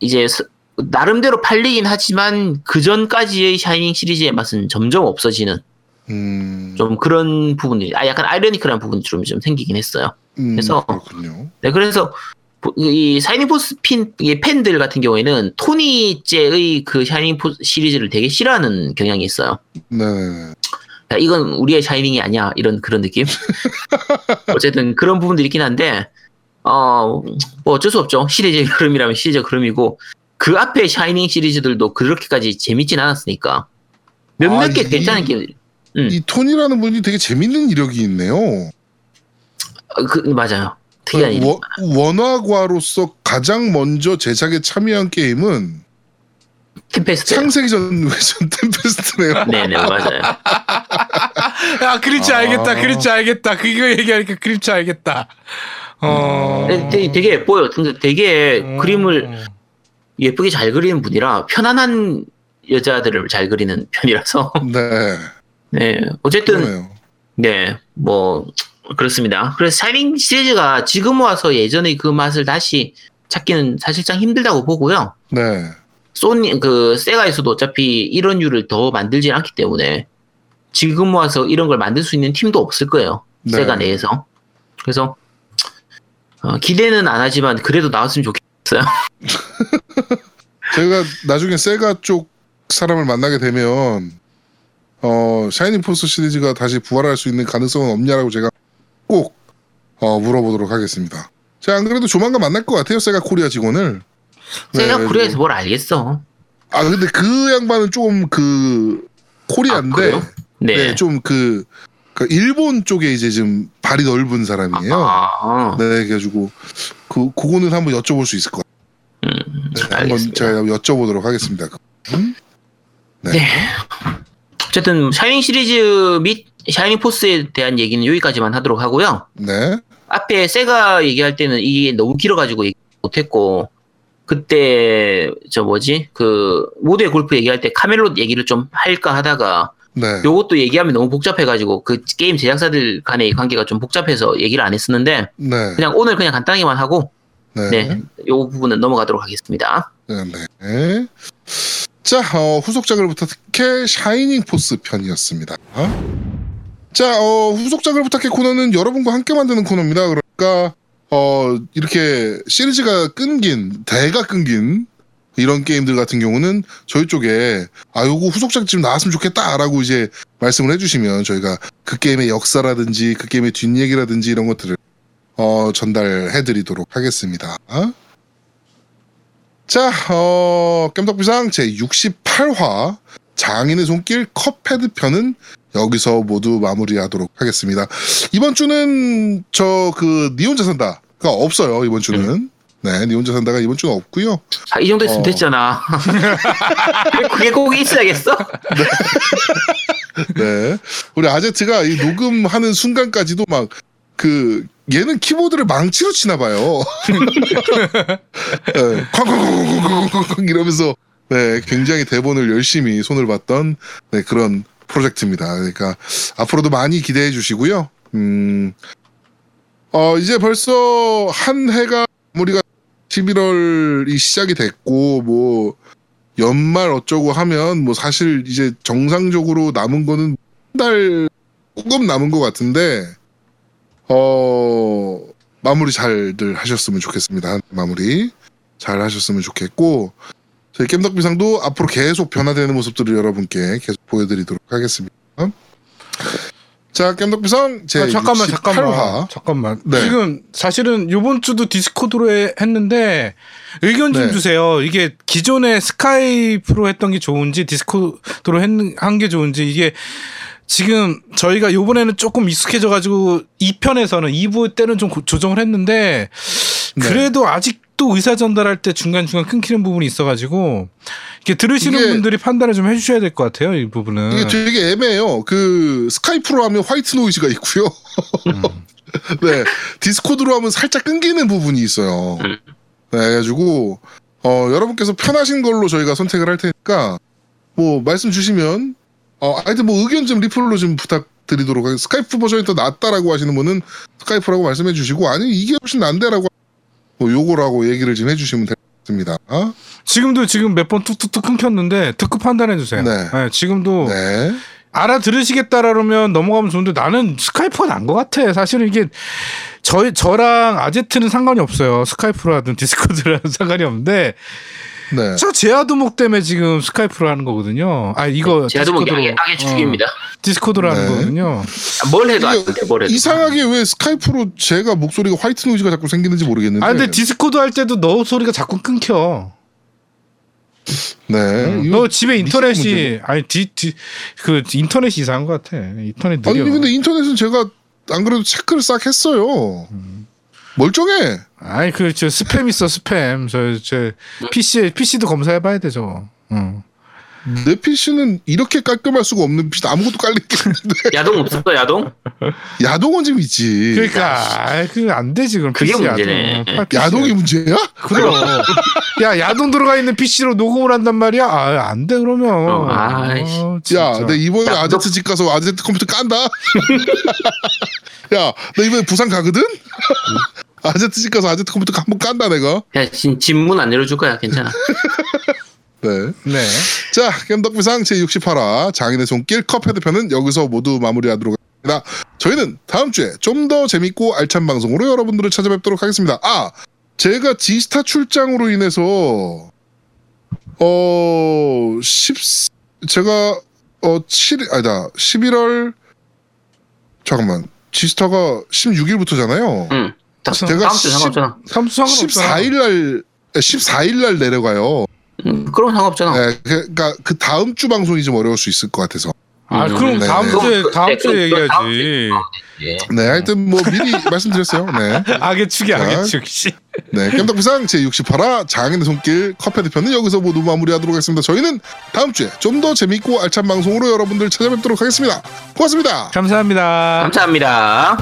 [SPEAKER 4] 이제 스- 나름대로 팔리긴 하지만 그 전까지의 샤이닝 시리즈의 맛은 점점 없어지는
[SPEAKER 1] 음...
[SPEAKER 4] 좀 그런 부분이 아 약간 아이러니컬한 부분이 좀, 좀 생기긴 했어요.
[SPEAKER 1] 음,
[SPEAKER 4] 그래서-
[SPEAKER 1] 그렇군요.
[SPEAKER 4] 네, 그래서 보- 이 샤이닝 포스 핀 이 팬들 같은 경우에는 토니제의 그 샤이닝 포스 시리즈를 되게 싫어하는 경향이 있어요.
[SPEAKER 1] 네.
[SPEAKER 4] 음. 야, 이건 우리의 샤이닝이 아니야 이런 그런 느낌. 어쨌든 그런 부분도 있긴 한데 어뭐 어쩔 수 없죠. 시리즈의 흐름이라면 시리즈의 흐름이고 그 앞에 샤이닝 시리즈들도 그렇게까지 재밌진 않았으니까 몇몇
[SPEAKER 1] 아,
[SPEAKER 4] 개
[SPEAKER 1] 이-
[SPEAKER 4] 괜찮은 게 음.
[SPEAKER 1] 이 톤이라는 분이 되게 재밌는 이력이 있네요.
[SPEAKER 4] 어, 그, 맞아요. 특이한 일.
[SPEAKER 1] 그 워- 원화과로서 가장 먼저 제작에 참여한 게임은
[SPEAKER 4] 템페스트.
[SPEAKER 1] 창세기 전 외전 템페스트네요.
[SPEAKER 4] 네네 맞아요.
[SPEAKER 3] 아 그림자
[SPEAKER 1] 아.
[SPEAKER 3] 알겠다 그림자 알겠다 그거 얘기하니까 그림자 알겠다
[SPEAKER 1] 음.
[SPEAKER 3] 어
[SPEAKER 4] 네, 되게, 되게 예뻐요. 근데 되게
[SPEAKER 3] 음.
[SPEAKER 4] 그림을 예쁘게 잘 그리는 분이라 편안한 여자들을 잘 그리는 편이라서
[SPEAKER 1] 네.
[SPEAKER 4] 네 어쨌든
[SPEAKER 1] 그러네요.
[SPEAKER 4] 네 뭐 그렇습니다. 그래서 샤이닝 시리즈가 지금 와서 예전의 그 맛을 다시 찾기는 사실상 힘들다고 보고요.
[SPEAKER 1] 네.
[SPEAKER 4] 소니 그 세가에서도 어차피 이런 유를 더 만들지 않기 때문에 지금 와서 이런 걸 만들 수 있는 팀도 없을 거예요.
[SPEAKER 1] 네.
[SPEAKER 4] 세가 내에서 그래서 어, 기대는 안 하지만 그래도 나왔으면 좋겠.
[SPEAKER 1] 제가 나중에 세가 쪽 사람을 만나게 되면 어 샤이닝 포스 시리즈가 다시 부활할 수 있는 가능성은 없냐라고 제가 꼭 어, 물어보도록 하겠습니다. 제가 안 그래도 조만간 만날 것 같아요. 세가 코리아 직원을.
[SPEAKER 4] 세가
[SPEAKER 1] 네,
[SPEAKER 4] 코리아에서 뭘 알겠어?
[SPEAKER 1] 아 근데 그 양반은 조금 그
[SPEAKER 4] 아,
[SPEAKER 1] 코리안데
[SPEAKER 4] 그래요? 네.
[SPEAKER 1] 네, 좀 그 일본 쪽에 이제 지금 발이 넓은 사람이에요.
[SPEAKER 4] 아,
[SPEAKER 1] 네, 그래가지고 그 그거는 한번 여쭤볼 수 있을 것 같아요. 네, 한번
[SPEAKER 4] 알겠습니다.
[SPEAKER 1] 제가 한번 여쭤보도록 하겠습니다. 음? 네.
[SPEAKER 4] 어쨌든 샤이닝 시리즈 및 샤이닝 포스에 대한 얘기는 여기까지만 하도록 하고요.
[SPEAKER 1] 네,
[SPEAKER 4] 앞에 세가 얘기할 때는 이게 너무 길어가지고 얘기 못했고 그때 저 뭐지 그 모델 골프 얘기할 때 카멜롯 얘기를 좀 할까 하다가
[SPEAKER 1] 네,
[SPEAKER 4] 요것도 얘기하면 너무 복잡해가지고 그 게임 제작사들 간의 관계가 좀 복잡해서 얘기를 안 했었는데
[SPEAKER 1] 네,
[SPEAKER 4] 그냥 오늘 그냥 간단하게만 하고
[SPEAKER 1] 네,
[SPEAKER 4] 네 요 부분은 넘어가도록 하겠습니다.
[SPEAKER 1] 네, 네. 자, 어, 후속작을부터 특혜 샤이닝 포스 편이었습니다. 자, 어, 후속작을 부탁해 코너는 여러분과 함께 만드는 코너입니다. 그러니까, 어, 이렇게 시리즈가 끊긴, 대가 끊긴 이런 게임들 같은 경우는 저희 쪽에, 아, 요거 후속작 지금 나왔으면 좋겠다! 라고 이제 말씀을 해주시면 저희가 그 게임의 역사라든지 그 게임의 뒷얘기라든지 이런 것들을, 어, 전달해드리도록 하겠습니다. 자, 어, 깜덕비상 제68화 장인의 손길 컵패드 편은 여기서 모두 마무리하도록 하겠습니다. 이번 주는 저 그 니 혼자 산다가 없어요. 이번 주는 네, 니 혼자 산다가 이번 주는 없고요.
[SPEAKER 4] 아, 이 정도 있으면
[SPEAKER 1] 어.
[SPEAKER 4] 됐잖아. 그래, 그게 꼭 있어야겠어?
[SPEAKER 1] 네. 우리 아제트가 이 녹음하는 순간까지도 막 그 얘는 키보드를 망치로 치나 봐요. 네, 쾅쾅쾅쾅쾅쾅쾅 이러면서 네, 굉장히 대본을 열심히 손을 봤던 네, 그런 프로젝트입니다. 그러니까 앞으로도 많이 기대해 주시고요. 음. 어, 이제 벌써 한 해가 우리가 11월이 시작이 됐고 뭐 연말 어쩌고 하면 뭐 사실 이제 정상적으로 남은 거는 한달 조금 남은 것 같은데 어 마무리 잘들 하셨으면 좋겠습니다 마무리 잘 하셨으면 좋겠고 저희 겜덕비상도 앞으로 계속 변화되는 모습들을 여러분께 계속 보여드리도록 하겠습니다 자 겜덕비상 제
[SPEAKER 3] 아, 잠깐만
[SPEAKER 1] 68화
[SPEAKER 3] 잠깐만 잠깐만
[SPEAKER 1] 네.
[SPEAKER 3] 지금 사실은 요번 주도 디스코드로 해- 했는데 의견 좀
[SPEAKER 1] 네.
[SPEAKER 3] 주세요 이게 기존에 스카이프로 했던 게 좋은지 디스코드로 한 게 좋은지 이게 지금 저희가 요번에는 조금 익숙해져 가지고 2편에서는 2부 때는 좀 고- 조정을 했는데
[SPEAKER 1] 네.
[SPEAKER 3] 그래도 아직도 의사 전달할 때 중간중간 끊기는 부분이 있어 가지고 이게 들으시는
[SPEAKER 1] 이게-
[SPEAKER 3] 분들이 판단을 좀 해주셔야 될 것 같아요 이 부분은
[SPEAKER 1] 이게 되게 애매해요. 그 스카이프로 하면 화이트 노이즈가 있고요. 네 디스코드로 하면 살짝 끊기는 부분이 있어요.
[SPEAKER 4] 음.
[SPEAKER 1] 네, 그래가지고 어, 여러분께서 편하신 걸로 저희가 선택을 할 테니까 뭐 말씀 주시면 어, 하여튼 뭐 의견 좀 리플로 좀 부탁드리도록 하겠습니다. 스카이프 버전이 더 낫다라고 하시는 분은 스카이프라고 말씀해 주시고 아니 이게 훨씬 난데라고 뭐 요거라고 얘기를 좀 해주시면 될 것 같습니다.
[SPEAKER 3] 지금도 지금 몇 번 뚝뚝뚝 끊겼는데 듣고 판단해 주세요.
[SPEAKER 1] 네.
[SPEAKER 3] 지금도
[SPEAKER 1] 네.
[SPEAKER 3] 알아들으시겠다라면 넘어가면 좋은데 나는 스카이프가 난 것 같아. 사실은 이게 저 저랑 아제트는 상관이 없어요. 스카이프로 하든 디스코드로 하든 상관이 없는데
[SPEAKER 1] 네.
[SPEAKER 3] 저 제아두목 때문에 지금 스카이프로 하는 거거든요. 아 이거
[SPEAKER 4] 네, 제가 좀
[SPEAKER 3] 디스코드로-
[SPEAKER 4] 악의, 악의 추측입니다.
[SPEAKER 3] 어, 디스코드로 하는
[SPEAKER 1] 네.
[SPEAKER 3] 거거든요.
[SPEAKER 4] 뭘 해도 안
[SPEAKER 1] 이게
[SPEAKER 4] 돼, 뭘 해도.
[SPEAKER 1] 이상하게 왜 스카이프로 제가 목소리가 화이트 노이즈가 자꾸 생기는지 모르겠는데.
[SPEAKER 3] 아 근데 디스코드 할 때도 너 소리가 자꾸 끊겨.
[SPEAKER 1] 네. 이거-
[SPEAKER 3] 너 집에
[SPEAKER 1] 문제네.
[SPEAKER 3] 인터넷이 아니 디그 인터넷이 이상한 것 같아. 인터넷
[SPEAKER 1] 아니
[SPEAKER 3] 느려.
[SPEAKER 1] 근데 인터넷은 제가 안 그래도 체크를 싹 했어요.
[SPEAKER 3] 음.
[SPEAKER 1] 멀쩡해.
[SPEAKER 3] 아이 그저 스팸 있어 스팸 저제 PC PC도 검사해봐야 되죠. 응. 음.
[SPEAKER 1] 내 PC는 이렇게 깔끔할 수가 없는 PC 아무것도 깔린 게 없는데
[SPEAKER 4] 야동 없었어, 야동?
[SPEAKER 1] 야동은 좀 있지.
[SPEAKER 3] 그러니까 아이 그안 되지 그럼
[SPEAKER 4] 그게
[SPEAKER 3] PC
[SPEAKER 4] 문제네.
[SPEAKER 3] 야동. 아, PC.
[SPEAKER 1] 야동이 문제야?
[SPEAKER 3] 그럼 야 야동 들어가 있는 PC로 녹음을 한단 말이야. 아안돼 그러면.
[SPEAKER 4] 어, 아이, 씨.
[SPEAKER 1] 야,
[SPEAKER 3] 진짜.
[SPEAKER 1] 내 이번에
[SPEAKER 4] 야,
[SPEAKER 1] 아제트 집 가서 아제트 컴퓨터 깐다. 야, 나 이번에 부산 가거든.
[SPEAKER 3] 음.
[SPEAKER 1] 아제트 집 가서 아제트 컴퓨터 한번 깐다 내가.
[SPEAKER 4] 야, 진, 진문 안 열어줄 거야, 괜찮아.
[SPEAKER 1] 네.
[SPEAKER 3] 네.
[SPEAKER 1] 자, 겜덕비상 제68화 장인의 손길 컵헤드 편은 여기서 모두 마무리하도록 하겠습니다. 저희는 다음 주에 좀 더 재밌고 알찬 방송으로 여러분들을 찾아뵙도록 하겠습니다. 아, 제가 지스타 출장으로 인해서 어, 10 제가 어 7, 아니다. 11월 잠깐만. 지스타가 16일부터잖아요.
[SPEAKER 4] 응. 다-
[SPEAKER 3] 제가
[SPEAKER 4] 다음 주
[SPEAKER 1] 10
[SPEAKER 4] 상관없잖아.
[SPEAKER 3] 삼수 상관없잖아.
[SPEAKER 1] 14일 날 14일 날 내려가요.
[SPEAKER 4] 응, 그럼 상관없잖아.
[SPEAKER 1] 네, 그러니까 그 다음 주 방송이 좀 어려울 수 있을 것 같아서.
[SPEAKER 3] 아 그럼
[SPEAKER 1] 음, 네,
[SPEAKER 3] 다음
[SPEAKER 1] 네.
[SPEAKER 3] 주에
[SPEAKER 4] 그럼
[SPEAKER 3] 다음
[SPEAKER 4] 그-
[SPEAKER 3] 주에
[SPEAKER 4] 네, 그럼 다음 주에
[SPEAKER 3] 얘기하지.
[SPEAKER 4] 예.
[SPEAKER 1] 네, 하여튼 뭐 미리 말씀드렸어요. 네.
[SPEAKER 3] 악의 축이 악의 축. 씨.
[SPEAKER 1] 네. 겜덕비상 제68화 장인의 손길 컵헤드 편은 여기서 모두 마무리하도록 하겠습니다. 저희는 다음 주에 좀 더 재밌고 알찬 방송으로 여러분들 찾아뵙도록 하겠습니다. 고맙습니다.
[SPEAKER 3] 감사합니다.
[SPEAKER 4] 감사합니다.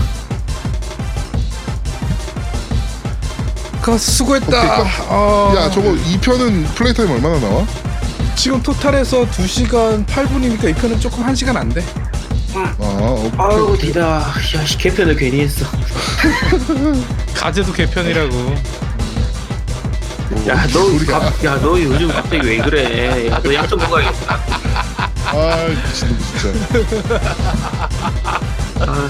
[SPEAKER 3] 그 수고했다. 어,
[SPEAKER 1] 야, 저거 2편은 플레이 타임 얼마나 나와?
[SPEAKER 3] 지금 토탈에서 2시간 8분이니까 이 편은 조금 1시간 안 돼.
[SPEAKER 1] 아, 어,
[SPEAKER 4] 아우, 디다. 야, 씨, 개편을 괜히 했어.
[SPEAKER 3] 가제도 개편이라고.
[SPEAKER 4] 야, 너, 갑, 야, 너 요즘 갑자기 왜 그래. 야, 너 약 좀 먹어야겠다.
[SPEAKER 1] 아, 미친놈 진짜.
[SPEAKER 4] 아,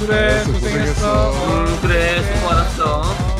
[SPEAKER 3] 그래
[SPEAKER 1] 고생했어.
[SPEAKER 3] 고생했어.
[SPEAKER 4] 음, 그래. 수고 많았어.